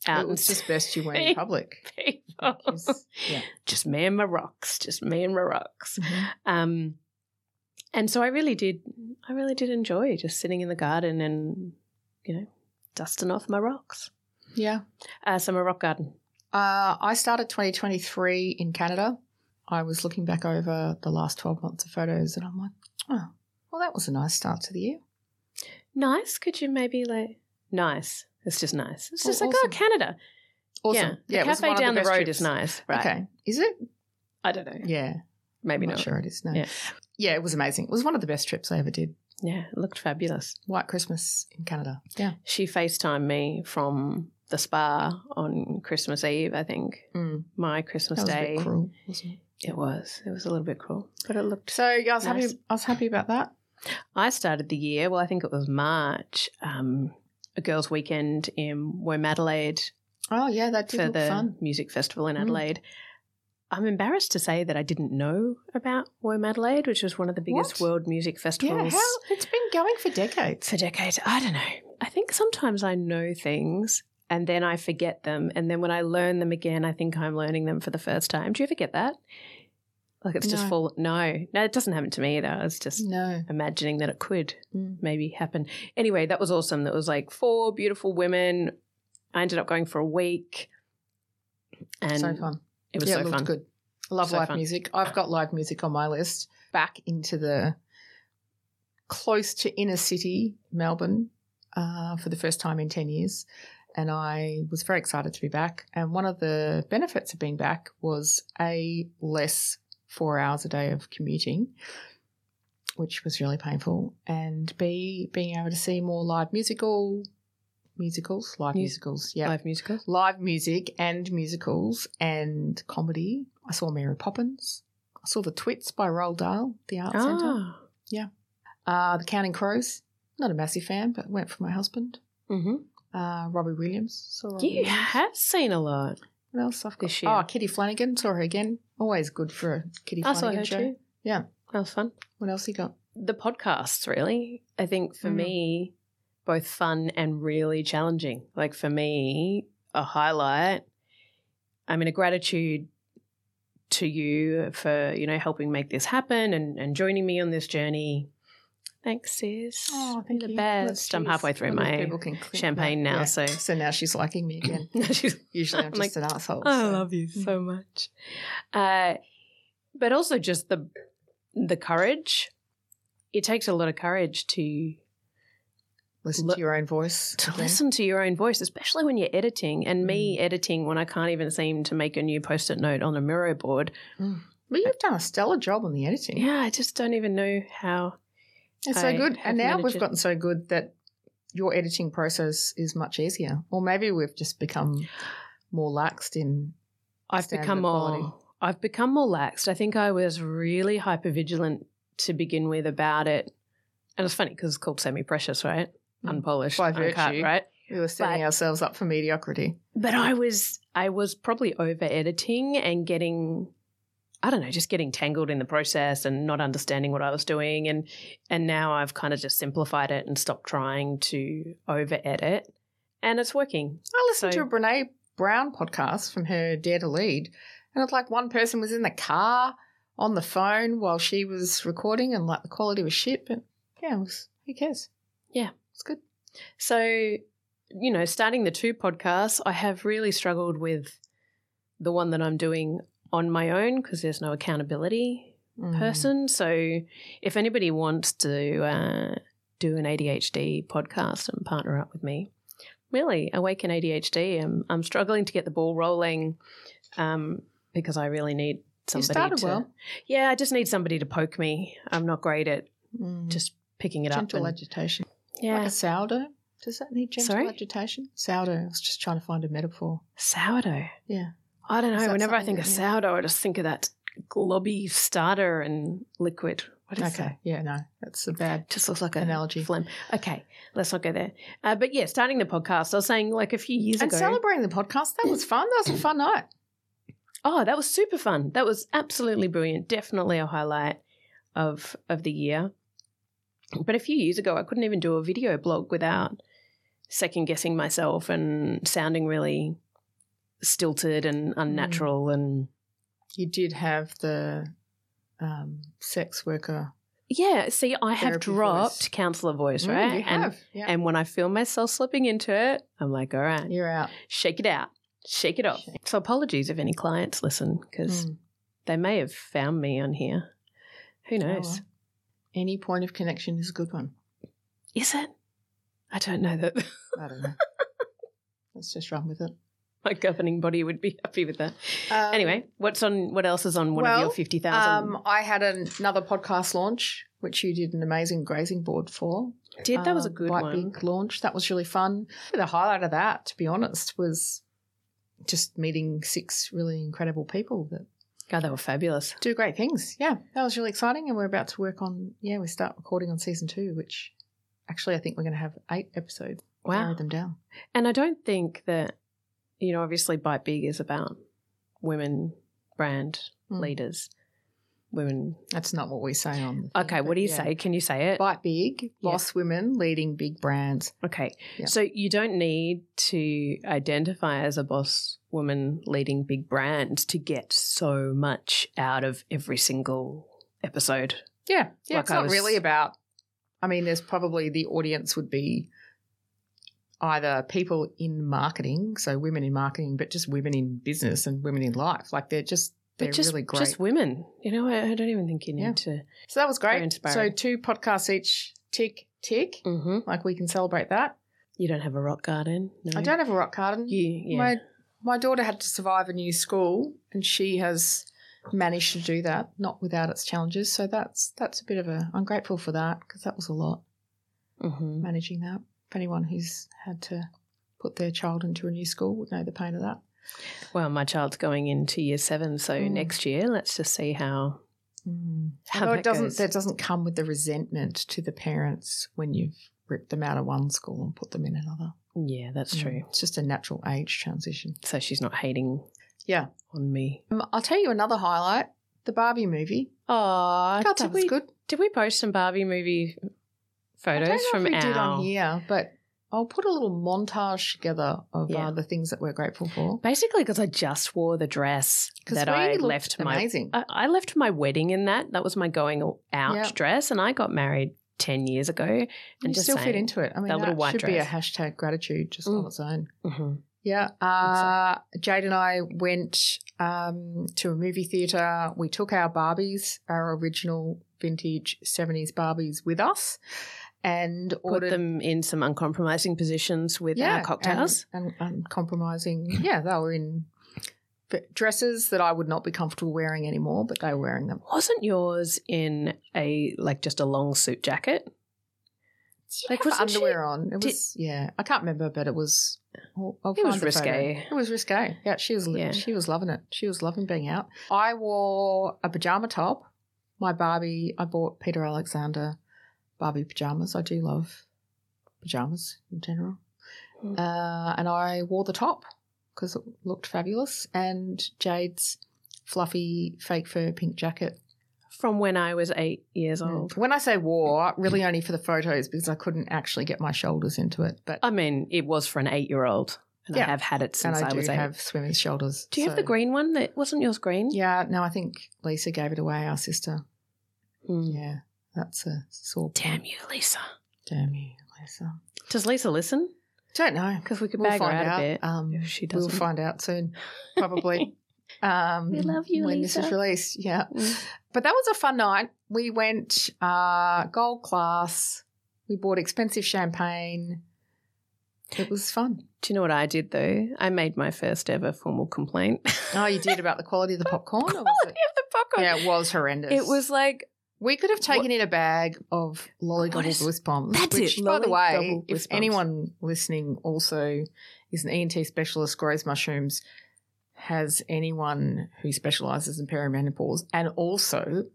Speaker 3: out
Speaker 1: It was
Speaker 3: and
Speaker 1: just best you weren't in public.
Speaker 3: stab people
Speaker 1: Yeah.
Speaker 3: just me and my rocks, just me and my rocks. Um, and so I really did, I really did enjoy just sitting in the garden and, you know, dusting off my rocks.
Speaker 1: Yeah.
Speaker 3: Uh, summer rock garden.
Speaker 1: Uh, I started 2023 in Canada. I was looking back over the last 12 months of photos and I'm like, oh, well, that was a nice start to the year.
Speaker 3: Nice. Could you maybe like, nice. It's just nice. It's just
Speaker 1: Oh,
Speaker 3: like,
Speaker 1: awesome.
Speaker 3: oh, Canada.
Speaker 1: Awesome.
Speaker 3: Yeah.
Speaker 1: it
Speaker 3: the
Speaker 1: was
Speaker 3: cafe
Speaker 1: one of
Speaker 3: down the,
Speaker 1: best
Speaker 3: road
Speaker 1: trips.
Speaker 3: is nice. Right.
Speaker 1: Okay. Is it?
Speaker 3: I don't know.
Speaker 1: Yeah.
Speaker 3: Maybe
Speaker 1: I'm
Speaker 3: not.
Speaker 1: not sure it is. No.
Speaker 3: Yeah.
Speaker 1: yeah, it was amazing. It was one of the best trips I ever did.
Speaker 3: Yeah. It looked fabulous.
Speaker 1: White Christmas in Canada. Yeah.
Speaker 3: She FaceTimed me from the spa on Christmas Eve, I think,
Speaker 1: Mm.
Speaker 3: my
Speaker 1: That
Speaker 3: Christmas
Speaker 1: was a
Speaker 3: day.
Speaker 1: bit cruel, wasn't it?
Speaker 3: It was. It was a little bit cruel, but it looked.
Speaker 1: So yeah, I was
Speaker 3: Nice.
Speaker 1: happy. I was happy about that.
Speaker 3: I started the year. Well, I think it was March. Um, a girls' weekend in Womadelaide
Speaker 1: Oh yeah, that did
Speaker 3: for
Speaker 1: look
Speaker 3: the
Speaker 1: fun.
Speaker 3: music festival in
Speaker 1: Mm.
Speaker 3: Adelaide. I'm embarrassed to say that I didn't know about Womadelaide, which was one of the biggest
Speaker 1: What?
Speaker 3: world music
Speaker 1: Yeah,
Speaker 3: festivals
Speaker 1: how, it's been going for decades.
Speaker 3: for decades. I don't know. I think sometimes I know things and then I forget them, and then when I learn them again, I think I'm learning them for the first time. Do you ever get that? Like it's just
Speaker 1: No. Mm.
Speaker 3: full. No, no, it doesn't happen to me either. It's just
Speaker 1: No. Mm.
Speaker 3: imagining that it could maybe happen. Anyway, that was awesome. That was like four beautiful women. I ended up going for a week, and
Speaker 1: so fun.
Speaker 3: it was
Speaker 1: yeah,
Speaker 3: so
Speaker 1: it looked
Speaker 3: fun.
Speaker 1: good. I love
Speaker 3: So
Speaker 1: live
Speaker 3: fun.
Speaker 1: music. I've got live music on my list. Back into the close to inner city Melbourne uh, for the first time in 10 years. And I was very excited to be back. And one of the benefits of being back was a less four hours a day of commuting, which was really painful. And B, being able to see more live musical musicals, live
Speaker 3: Mus-
Speaker 1: musicals. Yeah
Speaker 3: Live musical.
Speaker 1: live music and musicals and comedy. I saw Mary Poppins. I saw The Twits by Roald Dahl, the art centre.
Speaker 3: Ah,
Speaker 1: Uh, the Counting Crows. Not a massive fan, but went for my husband.
Speaker 3: hmm
Speaker 1: Uh, Robbie Williams. Saw Robbie
Speaker 3: you
Speaker 1: Williams.
Speaker 3: have seen a lot.
Speaker 1: What else I've got?
Speaker 3: this year.
Speaker 1: Oh, Kitty Flanagan. Saw her again. Always good for a Kitty
Speaker 3: I saw
Speaker 1: Flanagan
Speaker 3: her
Speaker 1: show.
Speaker 3: too.
Speaker 1: Yeah.
Speaker 3: that was fun.
Speaker 1: What else you got?
Speaker 3: the podcasts really i think for
Speaker 1: Mm.
Speaker 3: me both fun and really challenging like for me a highlight i mean a gratitude to you for you know helping make this happen and, and joining me on this journey thanks sis You're Oh, the best i'm halfway through my champagne now, so-
Speaker 1: so now she's liking me again.
Speaker 3: She's-
Speaker 1: Usually I'm
Speaker 3: I'm like,
Speaker 1: just an asshole.
Speaker 3: I love you so much. Uh, but also just the the courage. It takes a lot of courage to
Speaker 1: Listen
Speaker 3: Look-
Speaker 1: to your own voice.
Speaker 3: to
Speaker 1: again.
Speaker 3: listen to your own voice, especially when you're editing. And me
Speaker 1: Mm.
Speaker 3: editing when I can't even seem to make a new post-it note on a Miro board.
Speaker 1: Well, you've done a stellar job on the editing.
Speaker 3: Yeah, I just don't even know how.
Speaker 1: It's
Speaker 3: I
Speaker 1: so good.
Speaker 3: have
Speaker 1: And now
Speaker 3: managed
Speaker 1: we've
Speaker 3: it.
Speaker 1: gotten so good that your editing process is much easier. Or maybe we've just become more laxed in
Speaker 3: I've
Speaker 1: Standard
Speaker 3: become
Speaker 1: quality.
Speaker 3: more. I've become more laxed. I think I was really hypervigilant to begin with about it. And it's funny because it's called semi-precious, right?
Speaker 1: Mm.
Speaker 3: Unpolished,
Speaker 1: By
Speaker 3: uncut,
Speaker 1: virtue.
Speaker 3: right?
Speaker 1: we were setting
Speaker 3: But-
Speaker 1: ourselves up for mediocrity.
Speaker 3: but I was I was probably over editing and getting I don't know, just getting tangled in the process and not understanding what I was doing and and now I've kind of just simplified it and stopped trying to over edit and it's working.
Speaker 1: I listened
Speaker 3: So-
Speaker 1: to a Brene Brown podcast from her Dare to Lead, and it's like one person was in the car on the phone while she was recording, and like the quality was shit. But yeah, it was, who cares?
Speaker 3: Yeah.
Speaker 1: it's good.
Speaker 3: So, you know, starting the two podcasts, I have really struggled with the one that I'm doing on my own because there's no accountability
Speaker 1: Mm.
Speaker 3: person. So, if anybody wants to uh, do an ADHD podcast and partner up with me, really, Awaken ADHD, I'm, I'm struggling to get the ball rolling um, because I really need
Speaker 1: You
Speaker 3: somebody
Speaker 1: started
Speaker 3: to.
Speaker 1: well.
Speaker 3: Yeah, I just need somebody to poke me. I'm not great at
Speaker 1: Mm.
Speaker 3: just picking it
Speaker 1: gentle
Speaker 3: up. and-
Speaker 1: agitation. Like
Speaker 3: yeah.
Speaker 1: a sourdough. Does that need gentle
Speaker 3: Sorry?
Speaker 1: agitation? Sourdough. I was just trying to find a metaphor.
Speaker 3: Sourdough.
Speaker 1: Yeah.
Speaker 3: I don't
Speaker 1: Is
Speaker 3: know.
Speaker 1: that
Speaker 3: Whenever I
Speaker 1: something
Speaker 3: think of
Speaker 1: that you-
Speaker 3: sourdough, I just think of that globby starter and liquid. What is
Speaker 1: okay.
Speaker 3: that?
Speaker 1: Yeah, no. That's a bad
Speaker 3: Just looks like an
Speaker 1: analogy.
Speaker 3: Phlegm. Okay, let's not go there. Uh, but yeah, starting the podcast, I was saying like a few years
Speaker 1: And
Speaker 3: ago.
Speaker 1: celebrating the podcast, that was fun. That was a fun night.
Speaker 3: oh, that was super fun. That was absolutely brilliant. Definitely a highlight of of the year. But a few years ago, I couldn't even do a video blog without second guessing myself and sounding really stilted and
Speaker 1: Mm.
Speaker 3: unnatural and
Speaker 1: You did have the um, sex worker.
Speaker 3: Yeah, see, I have
Speaker 1: Therapy voice.
Speaker 3: dropped counselor voice,
Speaker 1: Mm,
Speaker 3: right?
Speaker 1: you
Speaker 3: and,
Speaker 1: have. Yeah.
Speaker 3: and when I feel myself slipping into it, I'm like, all right,
Speaker 1: You're out.
Speaker 3: shake it out, shake it off. So apologies if any clients listen because
Speaker 1: Mm.
Speaker 3: they may have found me on here. Who
Speaker 1: Oh,
Speaker 3: knows?
Speaker 1: well. Any point of connection is a good one.
Speaker 3: Is it? I don't know that
Speaker 1: I don't know. Let's just run with it.
Speaker 3: my governing body would be happy with that.
Speaker 1: Um,
Speaker 3: anyway, what's on? What else is on one of
Speaker 1: well,
Speaker 3: your fifty thousand?
Speaker 1: um, I had an- another podcast launch, which you did an amazing grazing board for.
Speaker 3: Did that was a
Speaker 1: um,
Speaker 3: good
Speaker 1: Bite
Speaker 3: one.
Speaker 1: Big launch. That was really fun. The highlight of that, to be honest, was just meeting six really incredible people that
Speaker 3: God, Oh, they were fabulous.
Speaker 1: do great things. Yeah, that was really exciting, and we're about to work on. Yeah, we start recording on season two, which actually I think we're going to have eight episodes.
Speaker 3: Wow.
Speaker 1: narrow them down.
Speaker 3: And I don't think that, you know, obviously Bite Big is about women brand
Speaker 1: Mm.
Speaker 3: leaders, women.
Speaker 1: That's not what we say on. the thing,
Speaker 3: Okay, what
Speaker 1: but
Speaker 3: do you
Speaker 1: yeah.
Speaker 3: say? Can you say it?
Speaker 1: Bite big, boss women leading big brands.
Speaker 3: Okay.
Speaker 1: Yeah.
Speaker 3: So you don't need to identify as a boss woman leading big brands to get so much out of every single episode.
Speaker 1: Yeah, yeah.
Speaker 3: Like
Speaker 1: it's
Speaker 3: I
Speaker 1: not
Speaker 3: was-
Speaker 1: really about. I mean, there's probably the audience would be either people in marketing, so women in marketing, but just women in business and women in life. Like they're just
Speaker 3: But
Speaker 1: they're
Speaker 3: just,
Speaker 1: really great.
Speaker 3: just women. You know, I, I don't even think you need
Speaker 1: Yeah.
Speaker 3: to.
Speaker 1: so that was
Speaker 3: Very
Speaker 1: great. So
Speaker 3: inspiring.
Speaker 1: two podcasts each. Tick tick.
Speaker 3: Mm-hmm.
Speaker 1: Like we can celebrate that.
Speaker 3: You don't have a rock garden. No.
Speaker 1: I don't have a rock garden.
Speaker 3: You, Mm. yeah.
Speaker 1: My my daughter had to survive a new school, and she has managed to do that, not without its challenges. So that's that's a bit of a. I'm grateful for that because that was a lot
Speaker 3: Mhm.
Speaker 1: managing that. If anyone who's had to put their child into a new school would know the pain of that.
Speaker 3: Well, my child's going into year seven, so
Speaker 1: Mm.
Speaker 3: next year, let's just see how.
Speaker 1: Mm.
Speaker 3: How
Speaker 1: Although
Speaker 3: that
Speaker 1: it doesn't,
Speaker 3: goes.
Speaker 1: that doesn't come with the resentment to the parents when you've ripped them out of one school and put them in another.
Speaker 3: Yeah, that's
Speaker 1: Mm.
Speaker 3: true.
Speaker 1: It's just a natural age transition.
Speaker 3: So she's not hating.
Speaker 1: Yeah.
Speaker 3: On me.
Speaker 1: Um, I'll tell you another highlight: the Barbie movie.
Speaker 3: Oh,
Speaker 1: God,
Speaker 3: did
Speaker 1: that was
Speaker 3: we
Speaker 1: good.
Speaker 3: did we post some Barbie movie
Speaker 1: I
Speaker 3: photos
Speaker 1: don't know
Speaker 3: from
Speaker 1: if we
Speaker 3: our?
Speaker 1: did on here, but I'll put a little montage together of
Speaker 3: Yeah.
Speaker 1: uh, the things that we're grateful for.
Speaker 3: Basically, because I just wore the dress
Speaker 1: 'Cause
Speaker 3: that
Speaker 1: we
Speaker 3: I
Speaker 1: looked
Speaker 3: left my
Speaker 1: amazing.
Speaker 3: I, I left my wedding in that. That was my going out
Speaker 1: Yeah.
Speaker 3: dress, and I got married ten years ago.
Speaker 1: and
Speaker 3: And
Speaker 1: you
Speaker 3: just
Speaker 1: still fit
Speaker 3: saying,
Speaker 1: into it. I mean,
Speaker 3: that
Speaker 1: that,
Speaker 3: little white
Speaker 1: should be a
Speaker 3: dress.
Speaker 1: hashtag gratitude just on
Speaker 3: Mm.
Speaker 1: its own.
Speaker 3: Mm-hmm.
Speaker 1: Yeah. Uh, Jade and I went um, to a movie theater. We took our Barbies, our original vintage 70s Barbies, with us and
Speaker 3: Put
Speaker 1: ordered
Speaker 3: them in some uncompromising positions with our
Speaker 1: and-
Speaker 3: cocktails.
Speaker 1: and, and compromising. Yeah, they were in v- dresses that I would not be comfortable wearing anymore, but they were wearing them.
Speaker 3: Wasn't yours in a like just a long suit jacket? Like,
Speaker 1: like
Speaker 3: wasn't she-
Speaker 1: underwear on. It
Speaker 3: did-
Speaker 1: was yeah. I can't remember, but it was. I'll, I'll
Speaker 3: It was
Speaker 1: find the photo.
Speaker 3: risque.
Speaker 1: It was risque. Yeah, she was.
Speaker 3: Yeah.
Speaker 1: Yeah. she was loving it. She was loving being out. I wore a pajama top. My Barbie. I bought Peter Alexander Barbie pajamas. I do love pajamas in general,
Speaker 3: Mm.
Speaker 1: uh, and I wore the top because it looked fabulous. And Jade's fluffy fake fur pink jacket
Speaker 3: From when I was eight years old.
Speaker 1: when I say war, really only for the photos because I couldn't actually get my shoulders into it. But
Speaker 3: I mean, it was for an eight-year-old, and I
Speaker 1: Yeah.
Speaker 3: have had it
Speaker 1: and
Speaker 3: Oh, since
Speaker 1: I,
Speaker 3: I,
Speaker 1: do
Speaker 3: was eight.
Speaker 1: have swimmers' shoulders.
Speaker 3: Do you have the
Speaker 1: so-
Speaker 3: green one? That wasn't yours green.
Speaker 1: Yeah, no, I think Lisa gave it away. Our sister.
Speaker 3: Mm.
Speaker 1: Yeah, that's a sore. point.
Speaker 3: Damn you, Lisa.
Speaker 1: Damn you, Lisa.
Speaker 3: Does Lisa listen?
Speaker 1: Don't know.
Speaker 3: Because we could
Speaker 1: We'll
Speaker 3: bag her
Speaker 1: find
Speaker 3: out,
Speaker 1: out.
Speaker 3: a bit.
Speaker 1: Um,
Speaker 3: if she
Speaker 1: We'll
Speaker 3: doesn't.
Speaker 1: find out soon, probably. Um,
Speaker 3: We love you,
Speaker 1: when this is
Speaker 3: Lisa.
Speaker 1: released. Yeah,
Speaker 3: Mm.
Speaker 1: but that was a fun night. We went uh, gold class. We bought expensive champagne. It was fun.
Speaker 3: Do you know what I did though? I made my first ever formal complaint.
Speaker 1: Oh, you did about the quality of the popcorn? Or was it?
Speaker 3: Quality of the popcorn.
Speaker 1: Yeah, it was horrendous.
Speaker 3: It was like
Speaker 1: We could have taken in a bag of lollygobble
Speaker 3: What is-
Speaker 1: bliss bombs.
Speaker 3: That's
Speaker 1: which,
Speaker 3: it,
Speaker 1: By the way,
Speaker 3: lollygobble bliss
Speaker 1: if
Speaker 3: bombs.
Speaker 1: anyone listening also is an ENT specialist, grows mushrooms, has anyone who specialises in perimenopause, and also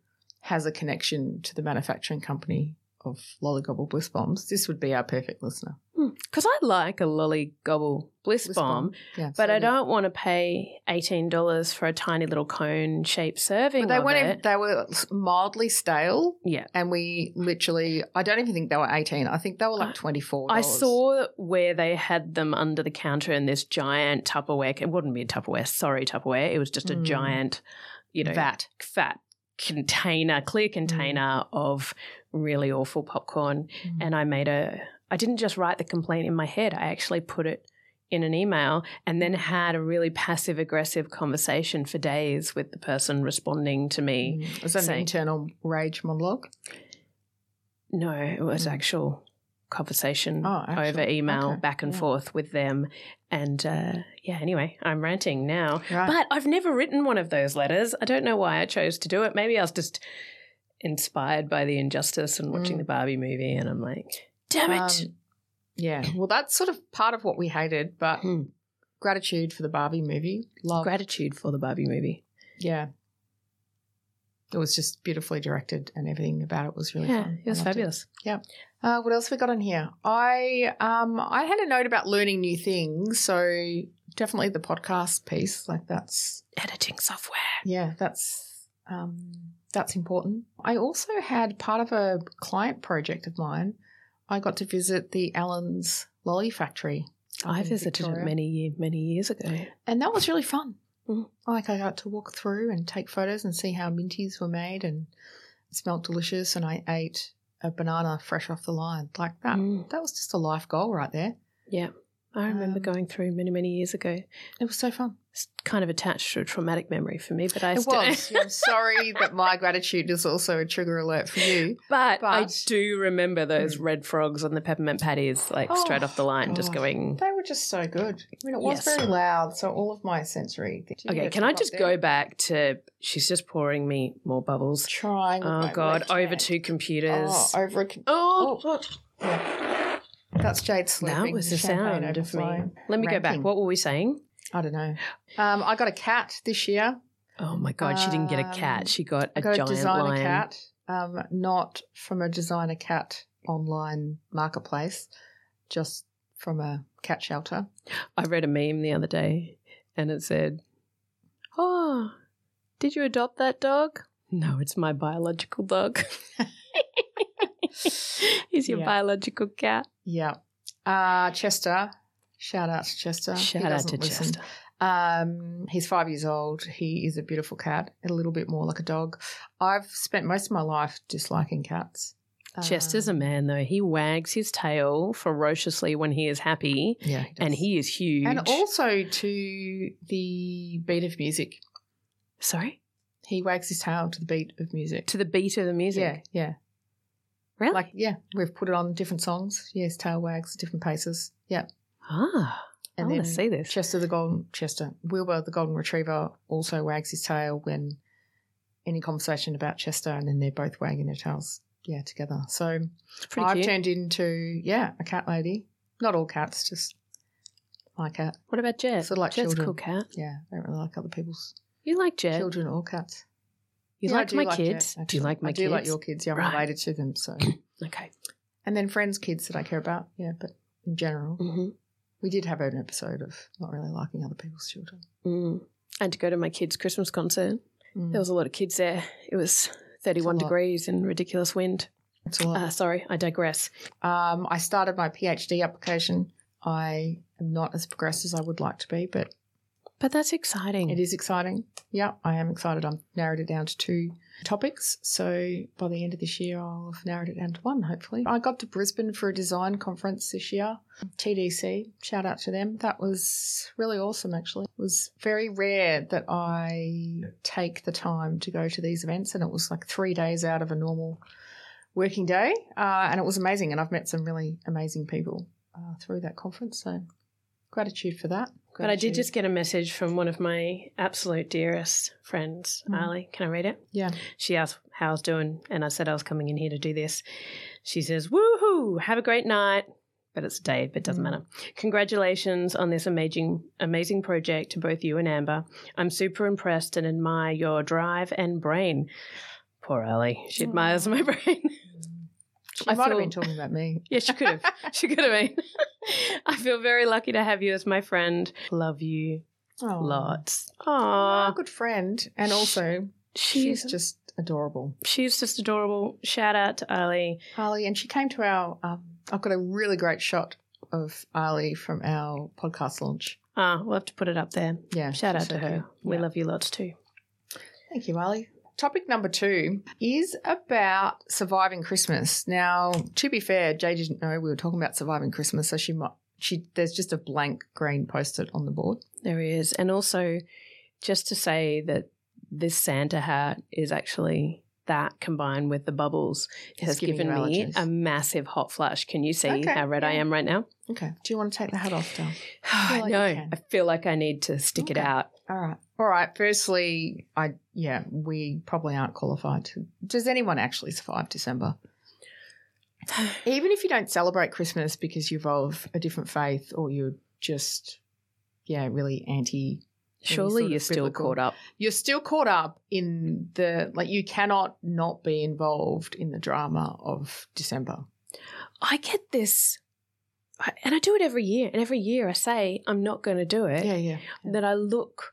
Speaker 1: has a connection to the manufacturing company of lollygobble bliss bombs, this would be our perfect listener.
Speaker 3: because hmm, I like a lolly gobble bliss,
Speaker 1: Bliss
Speaker 3: bomb,
Speaker 1: bomb. Yeah,
Speaker 3: but
Speaker 1: so
Speaker 3: I
Speaker 1: good.
Speaker 3: don't want to pay eighteen dollars for a tiny little cone shaped serving.
Speaker 1: But they
Speaker 3: of
Speaker 1: weren't.
Speaker 3: it.
Speaker 1: even- They were mildly stale.
Speaker 3: yeah.
Speaker 1: and we literally I don't even think they were 18. I think they were
Speaker 3: I-
Speaker 1: like 24.
Speaker 3: I saw where they had them under the counter in this giant Tupperware. ca- It wouldn't be a Tupperware, sorry, Tupperware. It was just a
Speaker 1: Mm.
Speaker 3: giant, you know,
Speaker 1: that.
Speaker 3: fat container, clear container of really awful popcorn. And I made a, I didn't just write the complaint in my head, I actually put it in an email and then had a really passive aggressive conversation for days with the person responding to me.
Speaker 1: Mm. Is that
Speaker 3: Say-
Speaker 1: an internal rage monologue?
Speaker 3: No, it was
Speaker 1: Mm.
Speaker 3: actual conversation
Speaker 1: Oh, actual.
Speaker 3: over email
Speaker 1: Okay.
Speaker 3: back and
Speaker 1: Yeah.
Speaker 3: forth with them. And uh, yeah, anyway, I'm ranting now.
Speaker 1: Right.
Speaker 3: But I've never written one of those letters. I don't know why I chose to do it. Maybe I was just inspired by the injustice and watching
Speaker 1: Mm.
Speaker 3: the Barbie movie, and I'm like, damn it.
Speaker 1: Um, yeah. Well, that's sort of part of what we hated, but
Speaker 3: Hmm.
Speaker 1: gratitude for the Barbie movie. Love.
Speaker 3: Gratitude for the Barbie movie.
Speaker 1: yeah. it was just beautifully directed and everything about it was really
Speaker 3: yeah,
Speaker 1: fun.
Speaker 3: it was
Speaker 1: I loved
Speaker 3: fabulous.
Speaker 1: Uh, what else we got on here? I um I had a note about learning new things, so definitely the podcast piece, like that's
Speaker 2: Editing software.
Speaker 1: yeah, that's um that's important. I also had part of a client project of mine. I got to visit the Allen's Lolly Factory. up
Speaker 3: I
Speaker 1: in
Speaker 3: visited
Speaker 1: Victoria.
Speaker 3: it many year, many years ago.
Speaker 1: and that was really fun.
Speaker 3: Mm.
Speaker 1: Like I got to walk through and take photos and see how minties were made, and it smelled delicious. And I ate a banana fresh off the line like that.
Speaker 3: Mm.
Speaker 1: That was just a life goal right there.
Speaker 3: Yeah, I remember
Speaker 1: Um,
Speaker 3: going through many many years ago.
Speaker 1: It was so fun.
Speaker 3: It's kind of attached to a traumatic memory for me, but I
Speaker 1: It
Speaker 3: still.
Speaker 1: was. Yeah, I'm sorry that my gratitude is also a trigger alert for you.
Speaker 3: But, I
Speaker 1: But- Mm.
Speaker 3: do remember those red frogs on the peppermint patties, like
Speaker 1: Oh,
Speaker 3: straight off the line, just
Speaker 1: God.
Speaker 3: going.
Speaker 1: They were just so good. I mean, it was
Speaker 3: Yes.
Speaker 1: very loud, so all of my sensory. things-
Speaker 3: Okay,
Speaker 1: Yeah,
Speaker 3: can I
Speaker 1: up
Speaker 3: just
Speaker 1: there.
Speaker 3: go back to? She's just pouring me more bubbles.
Speaker 1: Trying. with
Speaker 3: Oh
Speaker 1: my
Speaker 3: God,
Speaker 1: left
Speaker 3: over
Speaker 1: hand.
Speaker 3: two computers.
Speaker 1: Oh, over a. con-
Speaker 3: Oh,
Speaker 1: Oh, yeah. That's Jade sleeping.
Speaker 3: that was the
Speaker 1: Champagne
Speaker 3: sound of me.
Speaker 1: overflowing.
Speaker 3: Let me go back.
Speaker 1: ranking.
Speaker 3: What were we saying?
Speaker 1: I don't know. Um, I got a cat this year.
Speaker 3: Oh my God, she didn't get a
Speaker 1: Um,
Speaker 3: cat. She got
Speaker 1: I
Speaker 3: a
Speaker 1: got a
Speaker 3: giant
Speaker 1: designer
Speaker 3: lion.
Speaker 1: cat, um, not from a designer cat online marketplace, just from a cat shelter.
Speaker 3: I read a meme the other day and it said, Oh, did you adopt that dog? No, it's my biological dog. He's your
Speaker 1: Yeah.
Speaker 3: biological cat.
Speaker 1: Yeah. Uh, Chester. Shout out to Chester. He
Speaker 3: Shout out
Speaker 1: doesn't
Speaker 3: to
Speaker 1: listen.
Speaker 3: Chester.
Speaker 1: Um, he's five years old. He is a beautiful cat, a little bit more like a dog. I've spent most of my life disliking cats.
Speaker 3: Chester's a
Speaker 1: Um,
Speaker 3: man, though. He wags his tail ferociously when he is happy,
Speaker 1: Yeah. does.
Speaker 3: and he is huge.
Speaker 1: And also to the beat of music.
Speaker 3: Sorry?
Speaker 1: He wags his tail to the beat of music.
Speaker 3: To the beat of the music.
Speaker 1: Yeah, yeah.
Speaker 3: Really?
Speaker 1: Like, yeah, we've put it on different songs. Yes, tail wags, different paces. Yeah.
Speaker 3: ah,
Speaker 1: And
Speaker 3: I
Speaker 1: then
Speaker 3: want to see this.
Speaker 1: Chester the Golden Chester. Wilbur the Golden Retriever also wags his tail when any conversation about Chester and then they're both wagging their tails. Yeah, together. So
Speaker 3: It's pretty
Speaker 1: I've
Speaker 3: cute.
Speaker 1: turned into, yeah, a cat lady. Not all cats, just my cat.
Speaker 3: What about Jet?
Speaker 1: Sort of like
Speaker 3: Jet's a cool
Speaker 1: children.
Speaker 3: cat.
Speaker 1: Yeah, I don't really like other people's
Speaker 3: You like Jet.
Speaker 1: children or cats.
Speaker 3: You
Speaker 1: Yeah, I
Speaker 3: like
Speaker 1: do
Speaker 3: my
Speaker 1: Jet,
Speaker 3: kids. do
Speaker 1: actually.
Speaker 3: you like my
Speaker 1: I
Speaker 3: kids?
Speaker 1: do like your kids. Yeah, I'm
Speaker 3: Right.
Speaker 1: related to them. So,
Speaker 3: Okay.
Speaker 1: and then friends' kids that I care about. Yeah, but in general,
Speaker 3: Mm-hmm.
Speaker 1: we did have an episode of not really liking other people's children.
Speaker 3: Mm. And to go to my kids' Christmas concert,
Speaker 1: Mm.
Speaker 3: there was a lot of kids there. It was
Speaker 1: It's
Speaker 3: 31
Speaker 1: a lot.
Speaker 3: degrees and ridiculous wind.
Speaker 1: That's all.
Speaker 3: Uh, sorry, I digress.
Speaker 1: Um, I started my PhD application. I am not as progressed as I would like to be, but
Speaker 3: But that's exciting.
Speaker 1: it is exciting. Yeah, I am excited. I've narrowed it down to two topics. So by the end of this year, I'll have narrowed it down to one, hopefully. I got to Brisbane for a design conference this year, TDC. Shout out to them. That was really awesome, actually. It was very rare that I take the time to go to these events, and it was like three days out of a normal working day. Uh, and it was amazing. And I've met some really amazing people uh, through that conference. So gratitude for that.
Speaker 3: But I did
Speaker 1: Gratitude.
Speaker 3: just get a message from one of my absolute dearest friends,
Speaker 1: Mm.
Speaker 3: Ali. Can I read it?
Speaker 1: Yeah.
Speaker 3: She asked how I was doing, and I said I was coming in here to do this. She says, Woohoo, have a great night. But it's a day, but it doesn't
Speaker 1: Mm.
Speaker 3: matter. Congratulations on this amazing, amazing project to both you and Amber. I'm super impressed and admire your drive and brain. Poor Ali. She admires
Speaker 1: Aw.
Speaker 3: my brain.
Speaker 1: She
Speaker 3: I
Speaker 1: might have been
Speaker 3: feel-
Speaker 1: talking about me.
Speaker 3: yeah, she could have. she could have been. I feel very lucky to have you as my friend. Love you
Speaker 1: Oh.
Speaker 3: lots.
Speaker 1: Ah,
Speaker 3: Aww.
Speaker 1: good friend. And also, she's just adorable.
Speaker 3: She's just adorable. Shout out to Ali.
Speaker 1: Harley, and she came to our, um, I've got a really great shot of Harley from our podcast launch.
Speaker 3: Ah, we'll have to put it up there.
Speaker 1: Yeah.
Speaker 3: Shout out
Speaker 1: she's
Speaker 3: to
Speaker 1: so
Speaker 3: her.
Speaker 1: cute.
Speaker 3: We
Speaker 1: Yeah.
Speaker 3: love you lots too.
Speaker 1: Thank you, Ali. Topic number two is about surviving Christmas. Now, to be fair, Jay didn't know we were talking about surviving Christmas, so she might. She, there's just a blank green post-it on the board.
Speaker 3: There he is. And also, just to say that this Santa hat is actually that combined with the bubbles
Speaker 1: It's
Speaker 3: has
Speaker 1: giving
Speaker 3: given
Speaker 1: you
Speaker 3: me
Speaker 1: allergies.
Speaker 3: a massive hot flash. Can you see
Speaker 1: Okay,
Speaker 3: how red I
Speaker 1: yeah.
Speaker 3: am right now?
Speaker 1: Okay. Do you want to take the hat off, Dale?
Speaker 3: I
Speaker 1: feel like you
Speaker 3: know.
Speaker 1: can.
Speaker 3: I feel like I need to stick it
Speaker 1: Okay.
Speaker 3: out.
Speaker 1: All right. All right. Firstly, I yeah, we probably aren't qualified to. Does anyone actually survive December? Even if you don't celebrate Christmas because you're of a different faith or you're just yeah, really anti
Speaker 3: Surely
Speaker 1: sort
Speaker 3: you're
Speaker 1: of
Speaker 3: still
Speaker 1: biblical-
Speaker 3: caught up.
Speaker 1: You're still caught up in the like you cannot not be involved in the drama of December.
Speaker 3: I get this, I- and I do it every year. And every year I say I'm not going to do it.
Speaker 1: Yeah, yeah.
Speaker 3: That I look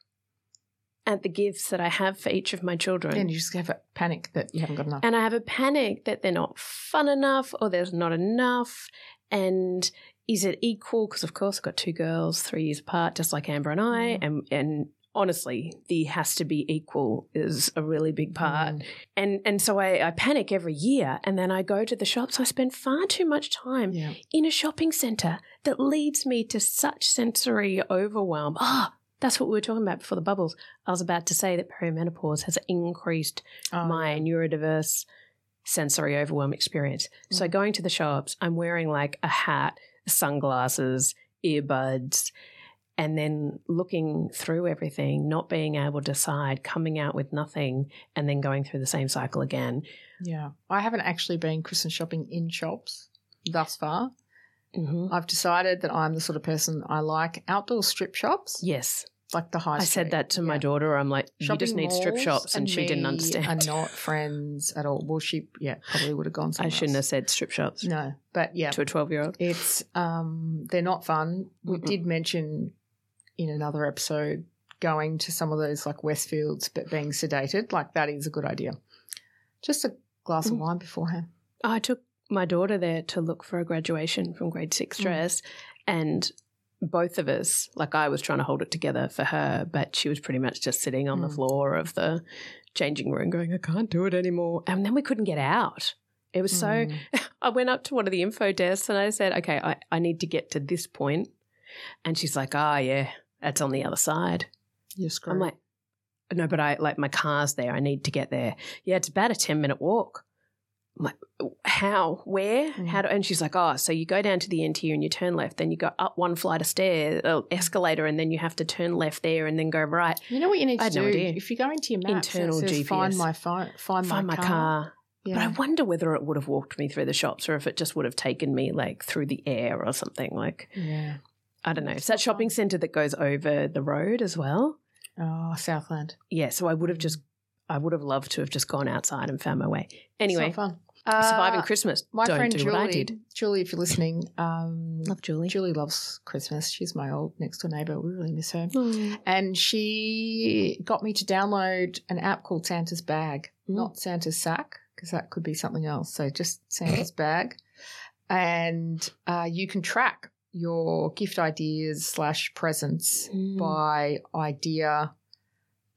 Speaker 3: at the gifts that I have for each of my children,
Speaker 1: And you just have a panic that you haven't got enough.
Speaker 3: and I have a panic that they're not fun enough or there's not enough. And is it equal? Because, of course, I've got two girls, three years apart, just like Amber and I.
Speaker 1: Mm.
Speaker 3: And, and honestly, the has to be equal is a really big part.
Speaker 1: Mm,
Speaker 3: And, and so I, I panic every year. And then I go to the shops. I spend far too much time
Speaker 1: yeah.
Speaker 3: in a shopping centre that leads me to such sensory overwhelm. Ah, that's what we were talking about before the bubbles. I was about to say that perimenopause has increased
Speaker 1: Um,
Speaker 3: my neurodiverse sensory overwhelm experience. So
Speaker 1: Mm.
Speaker 3: going to the shops, I'm wearing like a hat, sunglasses, earbuds, and then looking through everything, not being able to decide, coming out with nothing, and then going through the same cycle again.
Speaker 1: yeah. I haven't actually been Christmas shopping in shops thus far.
Speaker 3: hmm
Speaker 1: I've decided that I'm the sort of person I like outdoor strip shops,
Speaker 3: Yes,
Speaker 1: like the high.
Speaker 3: I said
Speaker 1: street.
Speaker 3: that to
Speaker 1: Yeah.
Speaker 3: my daughter. I'm like, you
Speaker 1: Shopping
Speaker 3: just need strip
Speaker 1: malls
Speaker 3: shops, and, she didn't
Speaker 1: me
Speaker 3: understand.
Speaker 1: Are not friends at all. Well, she yeah probably would have gone.
Speaker 3: I
Speaker 1: Somewhere
Speaker 3: shouldn't have
Speaker 1: else.
Speaker 3: said strip shops
Speaker 1: No, but yeah,
Speaker 3: to a 12 year old.
Speaker 1: it's um they're not fun. We
Speaker 3: Mm-mm.
Speaker 1: did mention in another episode going to some of those like Westfields, but being sedated like that is a good idea. Just a glass of
Speaker 3: Mm.
Speaker 1: wine beforehand.
Speaker 3: I took my daughter there to look for a graduation from grade six
Speaker 1: Mm.
Speaker 3: dress, and both of us, like I was trying to hold it together for her, but she was pretty much just sitting on the
Speaker 1: Mm.
Speaker 3: floor of the changing room going, I can't do it anymore. And then we couldn't get out. It was so,
Speaker 1: Mm.
Speaker 3: I went up to one of the info desks and I said, Okay, I, I need to get to this point. And she's like, Ah, yeah, that's on the other side.
Speaker 1: you're screwed.
Speaker 3: I'm like, no, but I like my car's there. I need to get there. Yeah, it's about a 10 minute walk. I'm like, "Oh, how? Where?
Speaker 1: Mm.
Speaker 3: How do? And she's like, oh, so you go down to the end here and you turn left, then you go up one flight of stairs, uh, escalator, and then you have to turn left there and then go right.
Speaker 1: you know what you need
Speaker 3: I
Speaker 1: to
Speaker 3: had
Speaker 1: do
Speaker 3: no idea.
Speaker 1: if you go into your maps and it
Speaker 3: Internal
Speaker 1: says, Find
Speaker 3: GPS.
Speaker 1: my phone. Find,
Speaker 3: Find my car.
Speaker 1: Yeah.
Speaker 3: But I wonder whether it would have walked me through the shops or if it just would have taken me like through the air or something. Like,
Speaker 1: yeah.
Speaker 3: I don't know. It's that shopping centre that goes over the road as well.
Speaker 1: Oh, Southland.
Speaker 3: Yeah. So I would have just, I would have loved to have just gone outside and found my way. Anyway.
Speaker 1: it's not fun.
Speaker 3: surviving
Speaker 1: Uh,
Speaker 3: Christmas.
Speaker 1: My
Speaker 3: Don't
Speaker 1: friend
Speaker 3: do
Speaker 1: Julie,
Speaker 3: what I did.
Speaker 1: Julie, if you're listening, um,
Speaker 3: Love Julie.
Speaker 1: Julie loves Christmas. She's my old next door neighbour. We really miss her. And she got me to download an app called Santa's Bag,
Speaker 3: Mm.
Speaker 1: not Santa's Sack, because that could be something else. So just Santa's Bag, and uh, you can track your gift ideas slash presents by idea,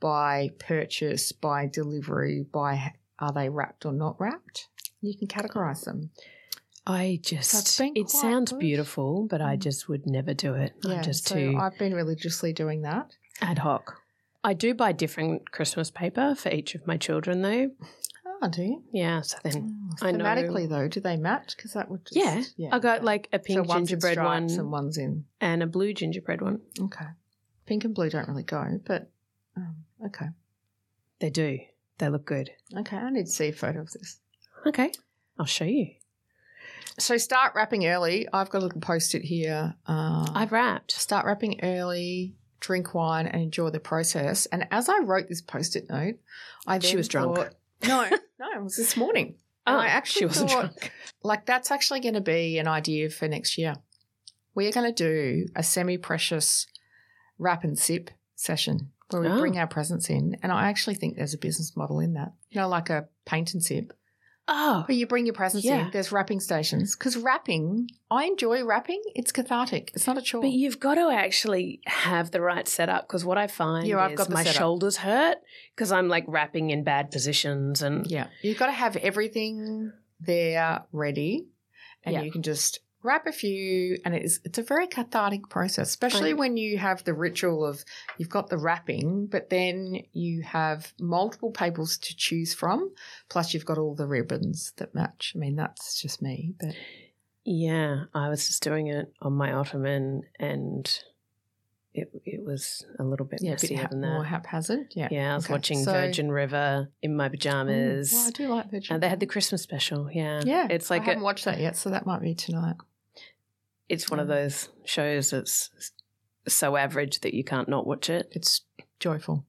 Speaker 1: by purchase, by delivery, by are they wrapped or not wrapped. You can categorize them.
Speaker 3: I
Speaker 1: That's
Speaker 3: just,
Speaker 1: been
Speaker 3: it
Speaker 1: quite
Speaker 3: sounds
Speaker 1: good.
Speaker 3: beautiful, but I
Speaker 1: Mm.
Speaker 3: just would never do it. I'm just
Speaker 1: so
Speaker 3: too
Speaker 1: I've been religiously doing that.
Speaker 3: ad hoc. I do buy different Christmas paper for each of my children, though.
Speaker 1: Oh, do you?
Speaker 3: Yeah, so
Speaker 1: Mm.
Speaker 3: then I know.
Speaker 1: Oh, Thematically, though, do they match? Because that would just,
Speaker 3: Yeah, I got like a
Speaker 1: so
Speaker 3: pink
Speaker 1: one's in
Speaker 3: gingerbread one
Speaker 1: stripes and one's in
Speaker 3: and a blue gingerbread one.
Speaker 1: Okay. Pink and blue don't really go, but um, okay.
Speaker 3: They do. They look good.
Speaker 1: Okay, I need to see a photo of this.
Speaker 3: Okay, I'll show you.
Speaker 1: So start wrapping early. I've got a little post it here. Uh,
Speaker 3: I've wrapped.
Speaker 1: start wrapping early, drink wine, and enjoy the process. And as I wrote this post it note, I
Speaker 3: She
Speaker 1: then
Speaker 3: was drunk.
Speaker 1: thought- no, no, it was this morning. And
Speaker 3: Oh,
Speaker 1: I actually
Speaker 3: she wasn't
Speaker 1: thought-
Speaker 3: drunk.
Speaker 1: Like that's actually going to be an idea for next year. We are going to do a semi-precious wrap and sip session where we
Speaker 3: Oh.
Speaker 1: bring our presents in, and I actually think there's a business model in that. You know, like a paint and sip.
Speaker 3: Oh,
Speaker 1: But you bring your presents
Speaker 3: Yeah.
Speaker 1: in. There's wrapping stations because wrapping. I enjoy wrapping. It's cathartic. It's not a chore.
Speaker 3: But you've got to actually have the right setup because what I find
Speaker 1: Yeah, I've
Speaker 3: is
Speaker 1: got the
Speaker 3: my
Speaker 1: setup.
Speaker 3: shoulders hurt because I'm like wrapping in bad positions and
Speaker 1: yeah, you've got to have everything there ready, and
Speaker 3: Yeah.
Speaker 1: you can just wrap a few. And it's it's a very cathartic process, especially
Speaker 3: Fine.
Speaker 1: when you have the ritual of you've got the wrapping, but then you have multiple papers to choose from. Plus, you've got all the ribbons that match. I mean, that's just me, but
Speaker 3: yeah, I was just doing it on my ottoman and it it was a little bit
Speaker 1: yeah, a bit
Speaker 3: messier
Speaker 1: ha-
Speaker 3: than
Speaker 1: more
Speaker 3: that.
Speaker 1: haphazard. Yeah,
Speaker 3: yeah, I was
Speaker 1: Okay,
Speaker 3: watching
Speaker 1: so- Oh,
Speaker 3: Virgin River in my
Speaker 1: Ooh,
Speaker 3: pajamas.
Speaker 1: well, I do like Virgin.
Speaker 3: and they had
Speaker 1: Ribbon.
Speaker 3: the Christmas special, yeah.
Speaker 1: Yeah,
Speaker 3: It's
Speaker 1: I
Speaker 3: like
Speaker 1: haven't
Speaker 3: a,
Speaker 1: watched that yet, so that might be tonight.
Speaker 3: it's one of those shows that's so average that you can't not watch it.
Speaker 1: It's joyful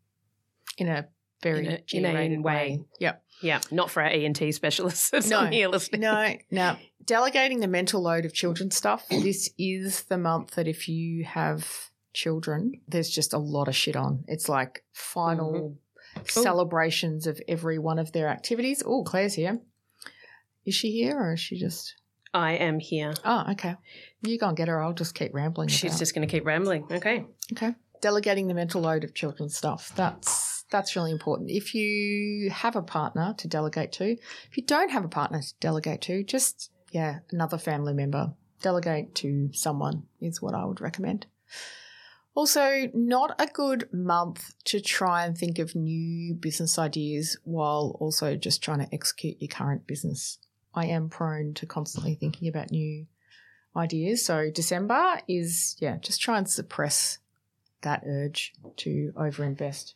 Speaker 1: in a very
Speaker 3: In a- in a
Speaker 1: generated way.
Speaker 3: way.
Speaker 1: Yep.
Speaker 3: Yeah, not for our ENT specialists that's
Speaker 1: No.
Speaker 3: on here listening.
Speaker 1: No, no. Delegating the mental load of children stuff. This is the month that if you have children, there's just a lot of shit on. It's like final celebrations of every one of their activities. Oh, Claire's here. Is she here or is she just?
Speaker 3: I am here.
Speaker 1: Oh, okay. You go and get her. I'll just keep rambling.
Speaker 3: She's
Speaker 1: about-
Speaker 3: just going to keep rambling. Okay.
Speaker 1: Okay. Delegating the mental load of children's stuff. That's that's really important. If you have a partner to delegate to, if you don't have a partner to delegate to, just yeah, another family member. Delegate to someone is what I would recommend. Also, not a good month to try and think of new business ideas while also just trying to execute your current business. I am prone to constantly thinking about new ideas. So December is yeah, just try and suppress that urge to overinvest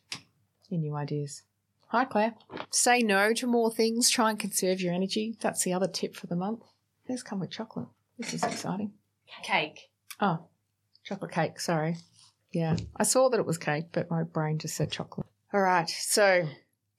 Speaker 1: in new ideas. Hi, Claire. Say no to more things. Try and conserve your energy. That's the other tip for the month. These come with chocolate. This is exciting.
Speaker 3: Cake.
Speaker 1: Oh, chocolate cake. Sorry. Yeah, I saw that it was cake, but my brain just said chocolate. All right. So,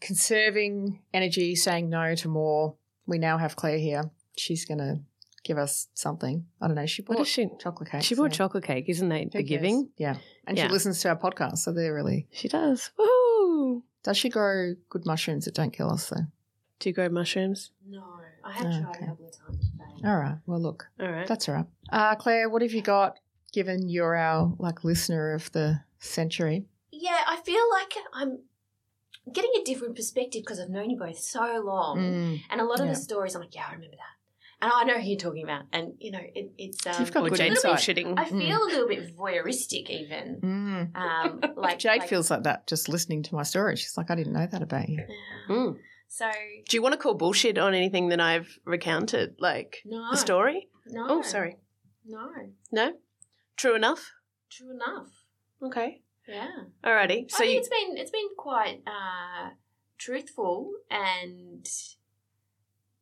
Speaker 1: conserving energy, saying no to more. We now have Claire here. She's going to give us something. I don't know. She
Speaker 3: What is
Speaker 1: bought
Speaker 3: she?
Speaker 1: chocolate cake.
Speaker 3: She bought chocolate cake, isn't that the giving?
Speaker 1: Yeah. And
Speaker 3: Yeah.
Speaker 1: she listens to our podcast, so they're really
Speaker 3: She does. Woohoo!
Speaker 1: Does she grow good mushrooms that don't kill us though?
Speaker 3: Do you grow mushrooms?
Speaker 4: No, I have
Speaker 1: Oh,
Speaker 4: tried
Speaker 1: okay.
Speaker 4: a couple of times. but
Speaker 1: All right. Well, look,
Speaker 3: All right.
Speaker 1: that's all right. Uh, Claire, what have you got? Given you're our like listener of the century,
Speaker 4: Yeah, I feel like I'm getting a different perspective because I've known you both so long, and a lot of
Speaker 1: Mm. yeah.
Speaker 4: the stories I'm like, yeah, I remember that, and I know who you're talking about, and you know, it, it's. Um,
Speaker 1: You've got Mm.
Speaker 3: or
Speaker 1: good
Speaker 3: Jade's
Speaker 1: insight.
Speaker 3: bullshitting.
Speaker 4: I feel a little bit voyeuristic, even.
Speaker 1: Mm.
Speaker 4: Um, like
Speaker 1: Jade
Speaker 4: like-
Speaker 1: feels like that just listening to my story. She's like, I didn't know that about you.
Speaker 3: Mm.
Speaker 4: So
Speaker 3: Do you want to call bullshit on anything that I've recounted? Like
Speaker 4: no
Speaker 3: the story?
Speaker 4: No.
Speaker 3: Oh, sorry.
Speaker 4: No,
Speaker 3: No? True enough?
Speaker 4: true enough.
Speaker 3: Okay.
Speaker 4: Yeah.
Speaker 3: Alrighty.
Speaker 4: I
Speaker 3: So
Speaker 4: think
Speaker 3: you,
Speaker 4: it's been it's been quite uh, truthful and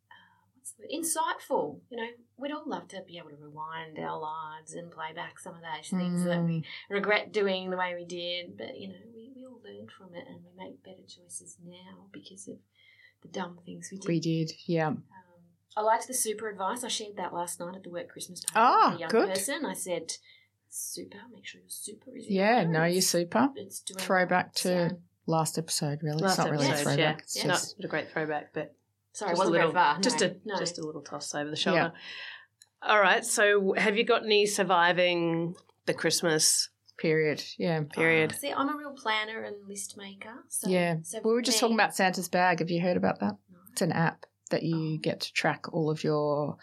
Speaker 4: uh, what's the word? insightful. You know, we'd all love to be able to rewind our lives and play back some of those things that we
Speaker 1: Mm.
Speaker 4: regret doing the way we did. But you know, we, we all learned from it and we make better choices now because of the dumb things we did.
Speaker 1: We did, yeah.
Speaker 4: Um, I liked the super advice. I shared that last night at the work Christmas party.
Speaker 1: Ah,
Speaker 4: with a young
Speaker 1: good.
Speaker 4: person. I said, "Super, make sure your super is in
Speaker 1: Yeah,
Speaker 4: order.
Speaker 1: know your
Speaker 4: It's-
Speaker 1: super.
Speaker 4: It's doing
Speaker 1: Throwback
Speaker 4: well."
Speaker 1: to last episode, really.
Speaker 3: Last
Speaker 1: it's not really a
Speaker 3: episode,
Speaker 1: throwback.
Speaker 3: yeah.
Speaker 1: It's
Speaker 4: Yeah.
Speaker 1: just
Speaker 3: not a great throwback, but
Speaker 4: Sorry,
Speaker 3: Just
Speaker 4: it wasn't
Speaker 3: a little,
Speaker 4: very far.
Speaker 3: Just
Speaker 4: no,
Speaker 3: a
Speaker 4: no.
Speaker 3: just a little toss over the shoulder. All right. So, have you got any surviving the Christmas
Speaker 1: period. Yeah.
Speaker 3: period?
Speaker 4: Oh, See, I'm a real planner and list maker. So,
Speaker 1: Yeah.
Speaker 4: So
Speaker 1: We were just talking
Speaker 4: me-
Speaker 1: about Santa's bag. Have you heard about that? It's an app that you
Speaker 4: Oh.
Speaker 1: get to track all of your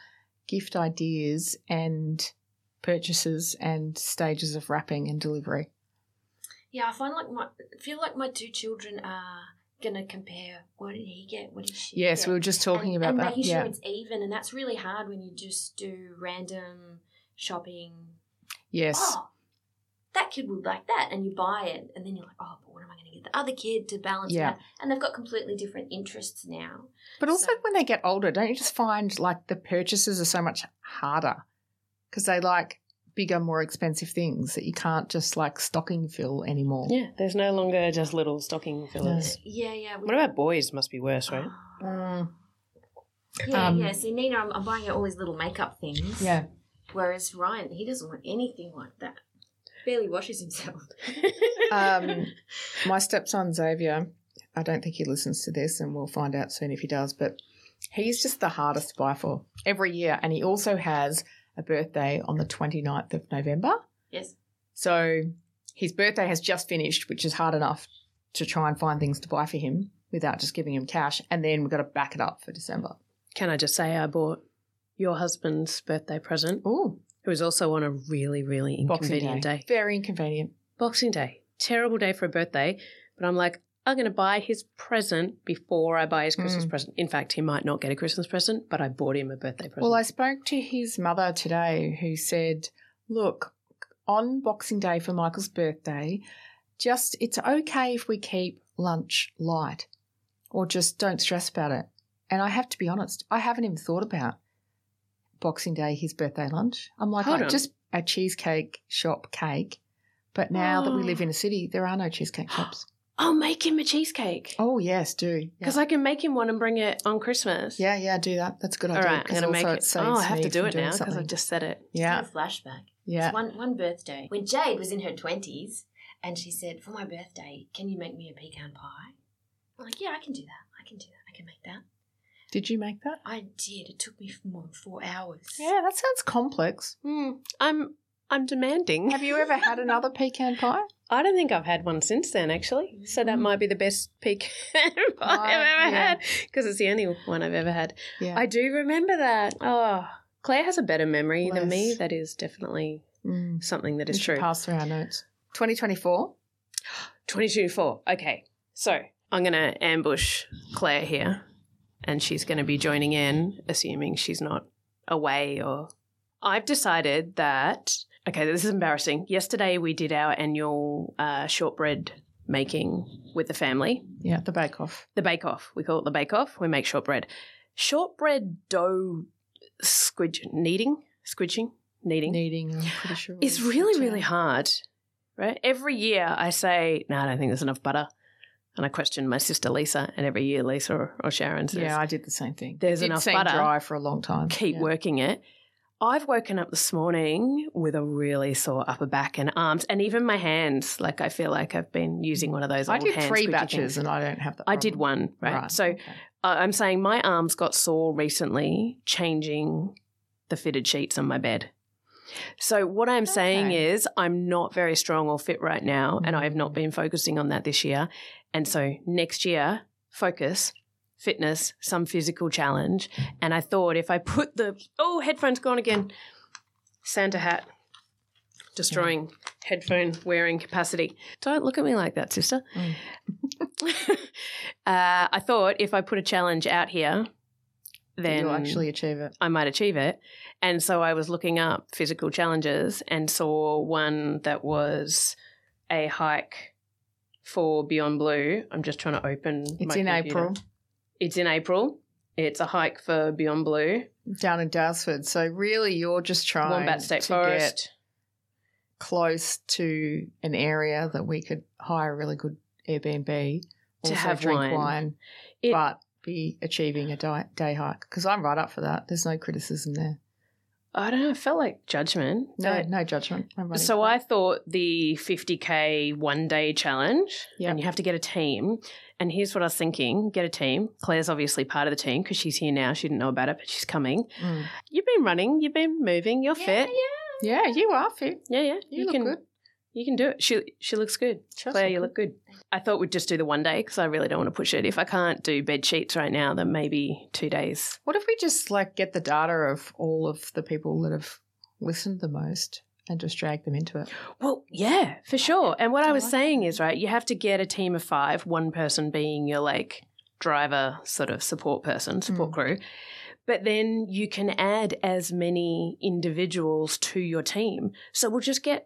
Speaker 1: gift ideas and purchases and stages of wrapping and delivery.
Speaker 4: Yeah, I find like my feel like my two children are gonna compare. What did he get? What did she?
Speaker 1: Yes,
Speaker 4: get?
Speaker 1: we were just talking
Speaker 4: and,
Speaker 1: about
Speaker 4: and
Speaker 1: that.
Speaker 4: making
Speaker 1: yeah.
Speaker 4: sure it's even, and that's really hard when you just do random shopping.
Speaker 1: yes.
Speaker 4: Oh, that kid would like that, and you buy it, and then you're like, oh, but what am I going to get the other kid to balance
Speaker 1: Yeah.
Speaker 4: it out? And they've got completely different interests now.
Speaker 1: but also
Speaker 4: so-
Speaker 1: when they get older, don't you just find like the purchases are so much harder because they like bigger, more expensive things that you can't just like stocking fill anymore.
Speaker 3: Yeah. There's no longer just little stocking fillers.
Speaker 4: Yeah, yeah. we-
Speaker 3: What about boys? Must be worse, right?
Speaker 4: Oh.
Speaker 1: Mm,
Speaker 4: Yeah,
Speaker 1: Um,
Speaker 4: yeah. See, Nina, I'm, I'm buying her all these little makeup things.
Speaker 1: yeah.
Speaker 4: Whereas Ryan, he doesn't want anything like that. Barely washes himself.
Speaker 1: um, my stepson Xavier, I don't think he listens to this, and we'll find out soon if he does. But he's just the hardest to buy for every year, and he also has a birthday on the 29th of November.
Speaker 4: Yes.
Speaker 1: So his birthday has just finished, which is hard enough to try and find things to buy for him without just giving him cash, and then we've got to back it up for December.
Speaker 3: Can I just say I bought your husband's birthday present,
Speaker 1: Ooh,
Speaker 3: who is also on a really, really
Speaker 1: Boxing
Speaker 3: inconvenient day.
Speaker 1: very inconvenient.
Speaker 3: Boxing Day, terrible day for a birthday, but I'm like, I'm going to buy his present before I buy
Speaker 1: Hmm.
Speaker 3: his Christmas present. In fact, he might not get a Christmas present, but I bought him a birthday present.
Speaker 1: Well, I spoke to his mother today who said, look, on Boxing Day for Michael's birthday, just it's okay if we keep lunch light or just don't stress about it. And I have to be honest, I haven't even thought about Boxing Day, his birthday lunch. I'm like,
Speaker 3: Hold
Speaker 1: "Oh,
Speaker 3: on.
Speaker 1: just a cheesecake shop cake, But now that we
Speaker 3: Oh.
Speaker 1: live in a city, there are no cheesecake shops.
Speaker 3: I'll make him a cheesecake.
Speaker 1: Oh yes, do
Speaker 3: Because
Speaker 1: yeah.
Speaker 3: I can make him one and bring it on Christmas.
Speaker 1: yeah, yeah, do that. That's a good
Speaker 3: All
Speaker 1: idea.
Speaker 3: right, I'm
Speaker 1: 'cause
Speaker 3: gonna make
Speaker 1: also
Speaker 3: it.
Speaker 1: saves
Speaker 3: oh, I have
Speaker 1: me
Speaker 3: to do
Speaker 1: from
Speaker 3: it
Speaker 1: doing
Speaker 3: now because
Speaker 1: something.
Speaker 3: I've just said it.
Speaker 1: yeah,
Speaker 4: Kind of flashback.
Speaker 1: yeah.
Speaker 4: It's one, one birthday when Jade was in her 20s and she said, For my birthday, can you make me a pecan pie? I'm like, Yeah, I can do that. I can do that. I can make that.
Speaker 1: Did you make that?
Speaker 4: I did. It took me f- more than four hours.
Speaker 1: Yeah, that sounds complex.
Speaker 3: Hmm. I'm I'm demanding.
Speaker 1: Have you ever had another pecan pie?
Speaker 3: I don't think I've had one since then, actually. So that
Speaker 1: Mm.
Speaker 3: might be the best pecan pie
Speaker 1: Pie,
Speaker 3: I've ever
Speaker 1: yeah.
Speaker 3: had because it's the only one I've ever had.
Speaker 1: Yeah.
Speaker 3: I do remember that. Oh, Claire has a better memory than me.
Speaker 1: Bless.
Speaker 3: That is definitely
Speaker 1: Mm.
Speaker 3: something that
Speaker 1: We
Speaker 3: is
Speaker 1: should
Speaker 3: true.
Speaker 1: Pass through our notes. 2024.
Speaker 3: 22 4. Okay. So I'm going to ambush Claire here and she's going to be joining in, assuming she's not away or. I've decided that. Okay, this is embarrassing. Yesterday we did our annual uh, shortbread making with the family,
Speaker 1: Yeah, the Bake Off.
Speaker 3: the bake off. We call it the bake off. We make shortbread. Shortbread dough squidge, kneading, squidging, kneading
Speaker 1: Kneading, I'm pretty sure.
Speaker 3: it's
Speaker 1: is
Speaker 3: really
Speaker 1: the
Speaker 3: really
Speaker 1: term.
Speaker 3: hard right every year i say no i don't think there's enough butter and i question my sister lisa and every year lisa or, or sharon says
Speaker 1: Yeah, I did the same thing.
Speaker 3: There's
Speaker 1: it
Speaker 3: enough
Speaker 1: seemed
Speaker 3: butter.
Speaker 1: dry for a long time.
Speaker 3: keep
Speaker 1: Yeah.
Speaker 3: working it i've woken up this morning with a really sore upper back and arms and even my hands like i feel like i've been using one of those
Speaker 1: I
Speaker 3: old
Speaker 1: did
Speaker 3: hand
Speaker 1: three
Speaker 3: squidgy
Speaker 1: batches
Speaker 3: things.
Speaker 1: and I don't have that.
Speaker 3: i did
Speaker 1: problem.
Speaker 3: one right, so
Speaker 1: okay.
Speaker 3: I- i'm saying my arms got sore recently changing the fitted sheets on my bed So what I'm saying
Speaker 1: Okay.
Speaker 3: is I'm not very strong or fit right now, and I have not
Speaker 1: Mm.
Speaker 3: been focusing on that this year. And so next year, focus, fitness, some physical challenge. And I thought if I put the oh headphones gone again, Santa hat, destroying headphone wearing capacity. Don't look at me like that, sister.
Speaker 1: Mm.
Speaker 3: uh, I thought if I put a challenge out here, then
Speaker 1: you'll actually achieve it.
Speaker 3: I might achieve it. And so I was looking up physical challenges and saw one that was a hike for Beyond Blue. I'm just trying to open.
Speaker 1: It's
Speaker 3: my
Speaker 1: in
Speaker 3: computer.
Speaker 1: April
Speaker 3: It's in April. It's a hike for Beyond Blue,
Speaker 1: down in Daresford. So really, you're just trying
Speaker 3: Wombat State
Speaker 1: to get
Speaker 3: Forest.
Speaker 1: close to an area that we could hire a really good Airbnb,
Speaker 3: To
Speaker 1: also
Speaker 3: have
Speaker 1: drink
Speaker 3: wine.
Speaker 1: wine,
Speaker 3: It-
Speaker 1: but be achieving a di- day hike because I'm right up for that. There's no criticism there.
Speaker 3: I don't know. It felt like judgment.
Speaker 1: No,
Speaker 3: But-
Speaker 1: no judgment. I'm running
Speaker 3: So
Speaker 1: for
Speaker 3: I
Speaker 1: it.
Speaker 3: thought the 50k one day challenge,
Speaker 1: Yeah.
Speaker 3: and you have to get a team. And here's what I was thinking: get a team. Claire's obviously part of the team because she's here now. She didn't know about it, but she's coming.
Speaker 1: Mm.
Speaker 3: You've been running. You've been moving. You're
Speaker 4: Yeah,
Speaker 3: fit.
Speaker 4: yeah.
Speaker 1: yeah, you are fit.
Speaker 3: Yeah, yeah.
Speaker 1: You, look
Speaker 3: can,
Speaker 1: good.
Speaker 3: You can do it. She she looks good.
Speaker 1: She does
Speaker 3: Claire,
Speaker 1: look
Speaker 3: you
Speaker 1: good.
Speaker 3: look good. I thought we'd just do the one day because I really don't want to push it. If I can't do bed sheets right now, then maybe two days.
Speaker 1: What if we just like get the data of all of the people that have listened the most and just drag them into it?
Speaker 3: Well, yeah, for sure. And what I
Speaker 1: I
Speaker 3: was
Speaker 1: like
Speaker 3: saying
Speaker 1: that.
Speaker 3: is right. You have to get a team of five. One person being your like driver, sort of support person, support
Speaker 1: Mm.
Speaker 3: crew. But then you can add as many individuals to your team. So we'll just get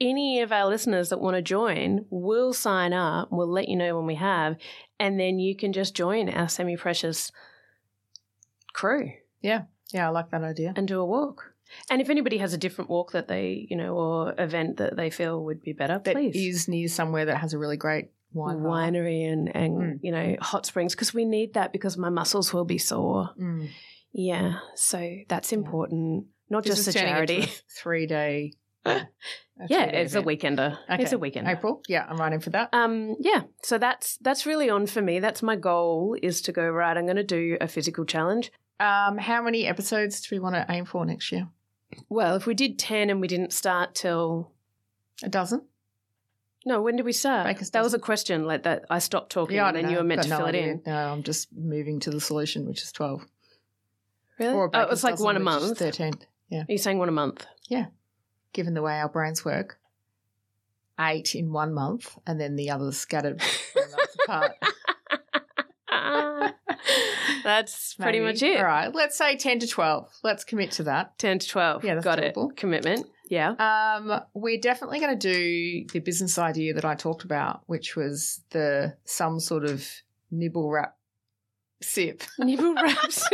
Speaker 3: any of our listeners that want to join, we'll sign up, we'll let you know when we have, and then you can just join our semi precious crew
Speaker 1: Yeah, I like that idea.
Speaker 3: and do a walk. And if anybody has a different walk that they, you know, or event that they feel would be better,
Speaker 1: That
Speaker 3: please.
Speaker 1: is near somewhere that has a really great wine. bar.
Speaker 3: winery and, and
Speaker 1: Mm.
Speaker 3: you know, hot springs, because we need that because my muscles will be sore.
Speaker 1: Mm.
Speaker 3: Yeah. So that's
Speaker 1: Yeah.
Speaker 3: important. Not
Speaker 1: This
Speaker 3: just a
Speaker 1: is turning into
Speaker 3: charity.
Speaker 1: three day.
Speaker 3: Yeah, yeah, it's a weekender. It's a weekend.
Speaker 1: April. Yeah, I'm running for that.
Speaker 3: Um, yeah. So that's that's really on for me. That's my goal is to go, right, I'm gonna do a physical challenge.
Speaker 1: Um, how many episodes do we want to aim for next year?
Speaker 3: Well, if we did ten and we didn't start till
Speaker 1: A dozen.
Speaker 3: no, when did we start?
Speaker 1: Baker's
Speaker 3: that was a
Speaker 1: dozen.
Speaker 3: question like that. I stopped talking
Speaker 1: I
Speaker 3: and then
Speaker 1: don't
Speaker 3: you
Speaker 1: know.
Speaker 3: were meant
Speaker 1: Got
Speaker 3: to
Speaker 1: no
Speaker 3: fill
Speaker 1: idea.
Speaker 3: it in.
Speaker 1: No, I'm just moving to the solution, which is twelve.
Speaker 3: Really?
Speaker 1: Or a
Speaker 3: oh, it was
Speaker 1: baker's
Speaker 3: like
Speaker 1: dozen,
Speaker 3: one a
Speaker 1: which is
Speaker 3: month. Are
Speaker 1: Thirteen. Yeah,
Speaker 3: you saying one a month?
Speaker 1: given the way our brains work, eight in one month, and then the others scattered three months apart.
Speaker 3: Ah, that's pretty
Speaker 1: Maybe.
Speaker 3: much it.
Speaker 1: All right, let's say ten to twelve. Let's commit to that.
Speaker 3: Ten to twelve.
Speaker 1: Yeah, that's
Speaker 3: Got
Speaker 1: doable.
Speaker 3: it. Commitment. Yeah.
Speaker 1: Um, we're definitely going to do the business idea that I talked about, which was the some sort of nibble wrap sip
Speaker 3: Nibble wraps.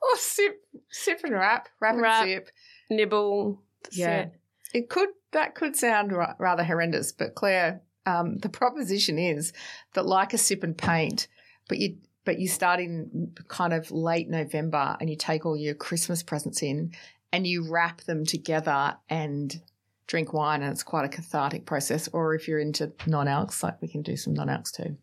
Speaker 1: or sip sip and wrap wrap,
Speaker 3: Wrap.
Speaker 1: and sip.
Speaker 3: Nibble.
Speaker 1: Yeah.
Speaker 3: Sit.
Speaker 1: It could that could sound ra- rather horrendous, but Claire, um, the proposition is that like a sip and paint, but you but you start in kind of late November and you take all your Christmas presents in and you wrap them together and drink wine and it's quite a cathartic process. Or if you're into non-alcs, like we can do some non-alcs too.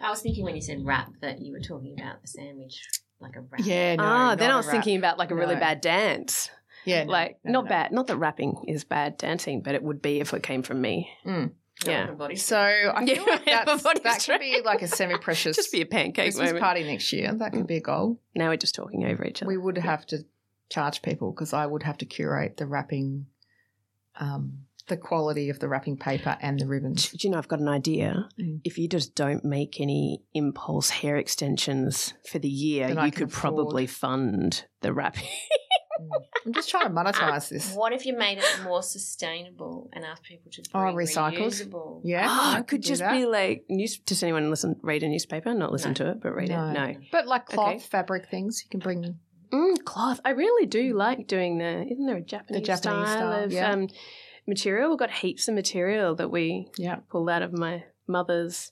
Speaker 4: I was thinking when you said wrap that you were talking about the sandwich, like a wrap.
Speaker 1: Yeah, no,
Speaker 3: ah, then
Speaker 1: not
Speaker 3: I
Speaker 1: a
Speaker 3: was
Speaker 1: wrap.
Speaker 3: thinking about like a really
Speaker 1: No.
Speaker 3: bad dance.
Speaker 1: yeah, no,
Speaker 3: like,
Speaker 1: no,
Speaker 3: not
Speaker 1: no.
Speaker 3: bad. Not that rapping is bad dancing, but it would be if it came from me.
Speaker 4: Not
Speaker 3: yeah.
Speaker 4: like a body
Speaker 1: So I feel
Speaker 3: Yeah,
Speaker 1: like that's,
Speaker 3: everybody's
Speaker 1: that could be
Speaker 3: trying.
Speaker 1: like a semi-precious
Speaker 3: Just be a pancake
Speaker 1: Christmas
Speaker 3: moment.
Speaker 1: party next year. That could be a goal.
Speaker 3: Now we're just talking over each other.
Speaker 1: We would have to charge people because I would have to curate the wrapping, um, the quality of the wrapping paper and the ribbons.
Speaker 3: Do you know, I've got an idea.
Speaker 1: Mm.
Speaker 3: If you just don't make any impulse hair extensions for the year,
Speaker 1: Then I
Speaker 3: you
Speaker 1: can
Speaker 3: could probably fund the wrapping.
Speaker 1: I'm just trying to monetize this.
Speaker 4: What if you made it more sustainable and asked people to
Speaker 1: Oh,
Speaker 4: bring
Speaker 1: recycled?
Speaker 4: reusable?
Speaker 1: Yeah,
Speaker 3: Oh,
Speaker 1: I
Speaker 3: it
Speaker 1: could
Speaker 3: could
Speaker 1: do
Speaker 3: just
Speaker 1: that.
Speaker 3: be like news. Does anyone listen? Read a newspaper? Not listen
Speaker 4: No.
Speaker 3: to it, but read
Speaker 1: No.
Speaker 3: it. No.
Speaker 1: But like cloth,
Speaker 3: Okay.
Speaker 1: fabric things, you can bring.
Speaker 3: Mm, cloth. I really do like doing the. Isn't there a Japanese,
Speaker 1: Japanese
Speaker 3: style,
Speaker 1: style,
Speaker 3: of
Speaker 1: yeah.
Speaker 3: um, material? We've got heaps of material that we
Speaker 1: Yeah.
Speaker 3: pull out of my mother's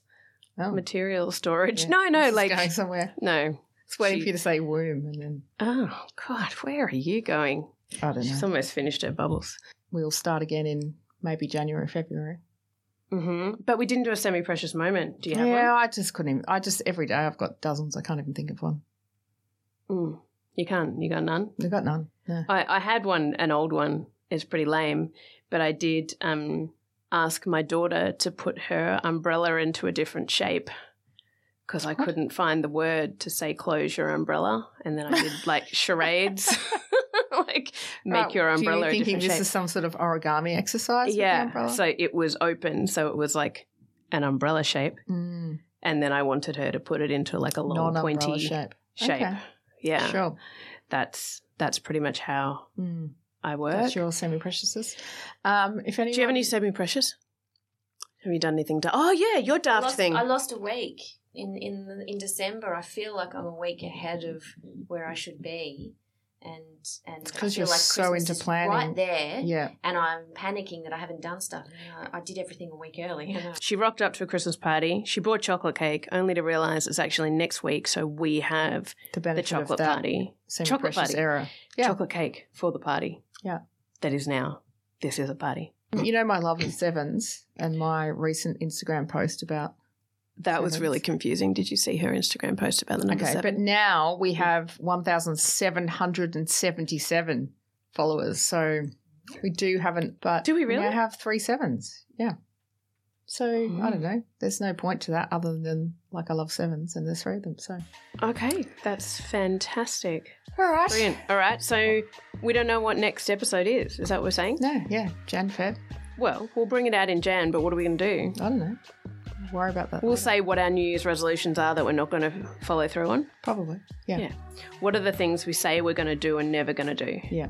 Speaker 1: Oh,
Speaker 3: material storage.
Speaker 1: Yeah.
Speaker 3: No,
Speaker 1: this
Speaker 3: no,
Speaker 1: is
Speaker 3: like
Speaker 1: going somewhere.
Speaker 3: no.
Speaker 1: It's waiting for
Speaker 3: she-
Speaker 1: you to say womb, and then
Speaker 3: Oh God, where are you going?
Speaker 1: I don't
Speaker 3: She's
Speaker 1: know.
Speaker 3: almost finished her bubbles.
Speaker 1: We'll start again in maybe January, February.
Speaker 3: hmm But we didn't do a semi-precious moment. Do you have
Speaker 1: Mm-hmm. Yeah, I just couldn't. Even, I just every day I've got dozens. I can't even think of one.
Speaker 3: one? Mm. You can't. You got none.
Speaker 1: I've got none. No.
Speaker 3: I, I had one, an old one. It's pretty lame, but I did um, ask my daughter to put her umbrella into a different shape because I
Speaker 1: What?
Speaker 3: couldn't find the word to say close your umbrella, and then I did like charades, like make
Speaker 1: Right,
Speaker 3: your
Speaker 1: Oh, so
Speaker 3: umbrella
Speaker 1: You're
Speaker 3: a
Speaker 1: thinking
Speaker 3: different
Speaker 1: this
Speaker 3: shape.
Speaker 1: is some sort of origami exercise. with the
Speaker 3: yeah,
Speaker 1: umbrella?
Speaker 3: so it was open, so it was like an umbrella shape,
Speaker 1: Mm,
Speaker 3: and then I wanted her to put it into like a long
Speaker 1: non-umbrella
Speaker 3: pointy shape.
Speaker 1: shape. Okay.
Speaker 3: Yeah,
Speaker 1: Sure.
Speaker 3: that's that's pretty much how
Speaker 1: Mm,
Speaker 3: I work.
Speaker 1: that's your semi-preciouses. Um, if anyone,
Speaker 3: Do you have any semi precious? Have you done anything to? Oh yeah, your
Speaker 4: I
Speaker 3: daft
Speaker 4: lost,
Speaker 3: thing.
Speaker 4: I lost a week in in in December. I feel like I'm a week ahead of where I should be, and and I
Speaker 1: 'cause you're
Speaker 4: feel
Speaker 1: so
Speaker 4: Christmas
Speaker 1: into
Speaker 4: is
Speaker 1: planning.
Speaker 4: right there,
Speaker 1: Yeah.
Speaker 4: and I'm panicking that I haven't done stuff. You know, I did everything a week early. and I-
Speaker 3: she rocked up to a Christmas party. She bought chocolate cake, only to realize it's actually next week. So we have
Speaker 1: The
Speaker 3: the
Speaker 1: benefit of
Speaker 3: chocolate
Speaker 1: that
Speaker 3: party,
Speaker 1: semi-precious
Speaker 3: party.
Speaker 1: era. Yeah.
Speaker 3: chocolate cake for the party.
Speaker 1: Yeah.
Speaker 3: that is now. This is a party.
Speaker 1: You know my love of sevens and my recent Instagram post about
Speaker 3: That was
Speaker 1: Sevens.
Speaker 3: really confusing. Did you see her Instagram post about the number
Speaker 1: Okay,
Speaker 3: seven?
Speaker 1: but now we have 1,777 followers. So we do haven't, but
Speaker 3: Do we really? Hmm.
Speaker 1: now have three sevens. Yeah. So I don't know. There's no point to that other than like I love sevens and there's three of them. So
Speaker 3: okay, that's fantastic.
Speaker 1: all right.
Speaker 3: Brilliant. All right, so we don't know what next episode is. Is that what we're saying?
Speaker 1: No, yeah, Jan Feb.
Speaker 3: Well, we'll bring it out in Jan. But what are we going to do?
Speaker 1: I don't know. Worry about that.
Speaker 3: We'll
Speaker 1: later.
Speaker 3: say what our New Year's resolutions are that we're not going to follow through on.
Speaker 1: probably. Yeah.
Speaker 3: Yeah. What are the things we say we're going to do and never going to do,
Speaker 1: Yeah.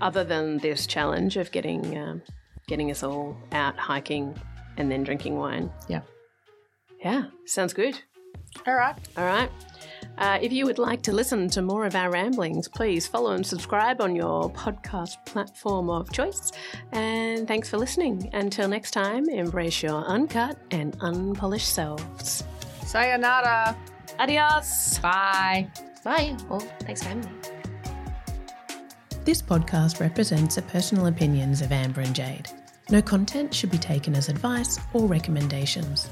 Speaker 3: other than this challenge of getting um, getting us all out hiking and then drinking wine?
Speaker 1: Yeah.
Speaker 3: Yeah, sounds good.
Speaker 1: All right.
Speaker 3: All right. Uh, if you would like to listen to more of our ramblings, please follow and subscribe on your podcast platform of choice. And thanks for listening. Until next time, embrace your uncut and unpolished selves.
Speaker 1: Sayonara.
Speaker 3: Adios.
Speaker 1: Bye.
Speaker 4: Bye. Well, thanks for having me.
Speaker 2: This podcast represents the personal opinions of Amber and Jade. No content should be taken as advice or recommendations.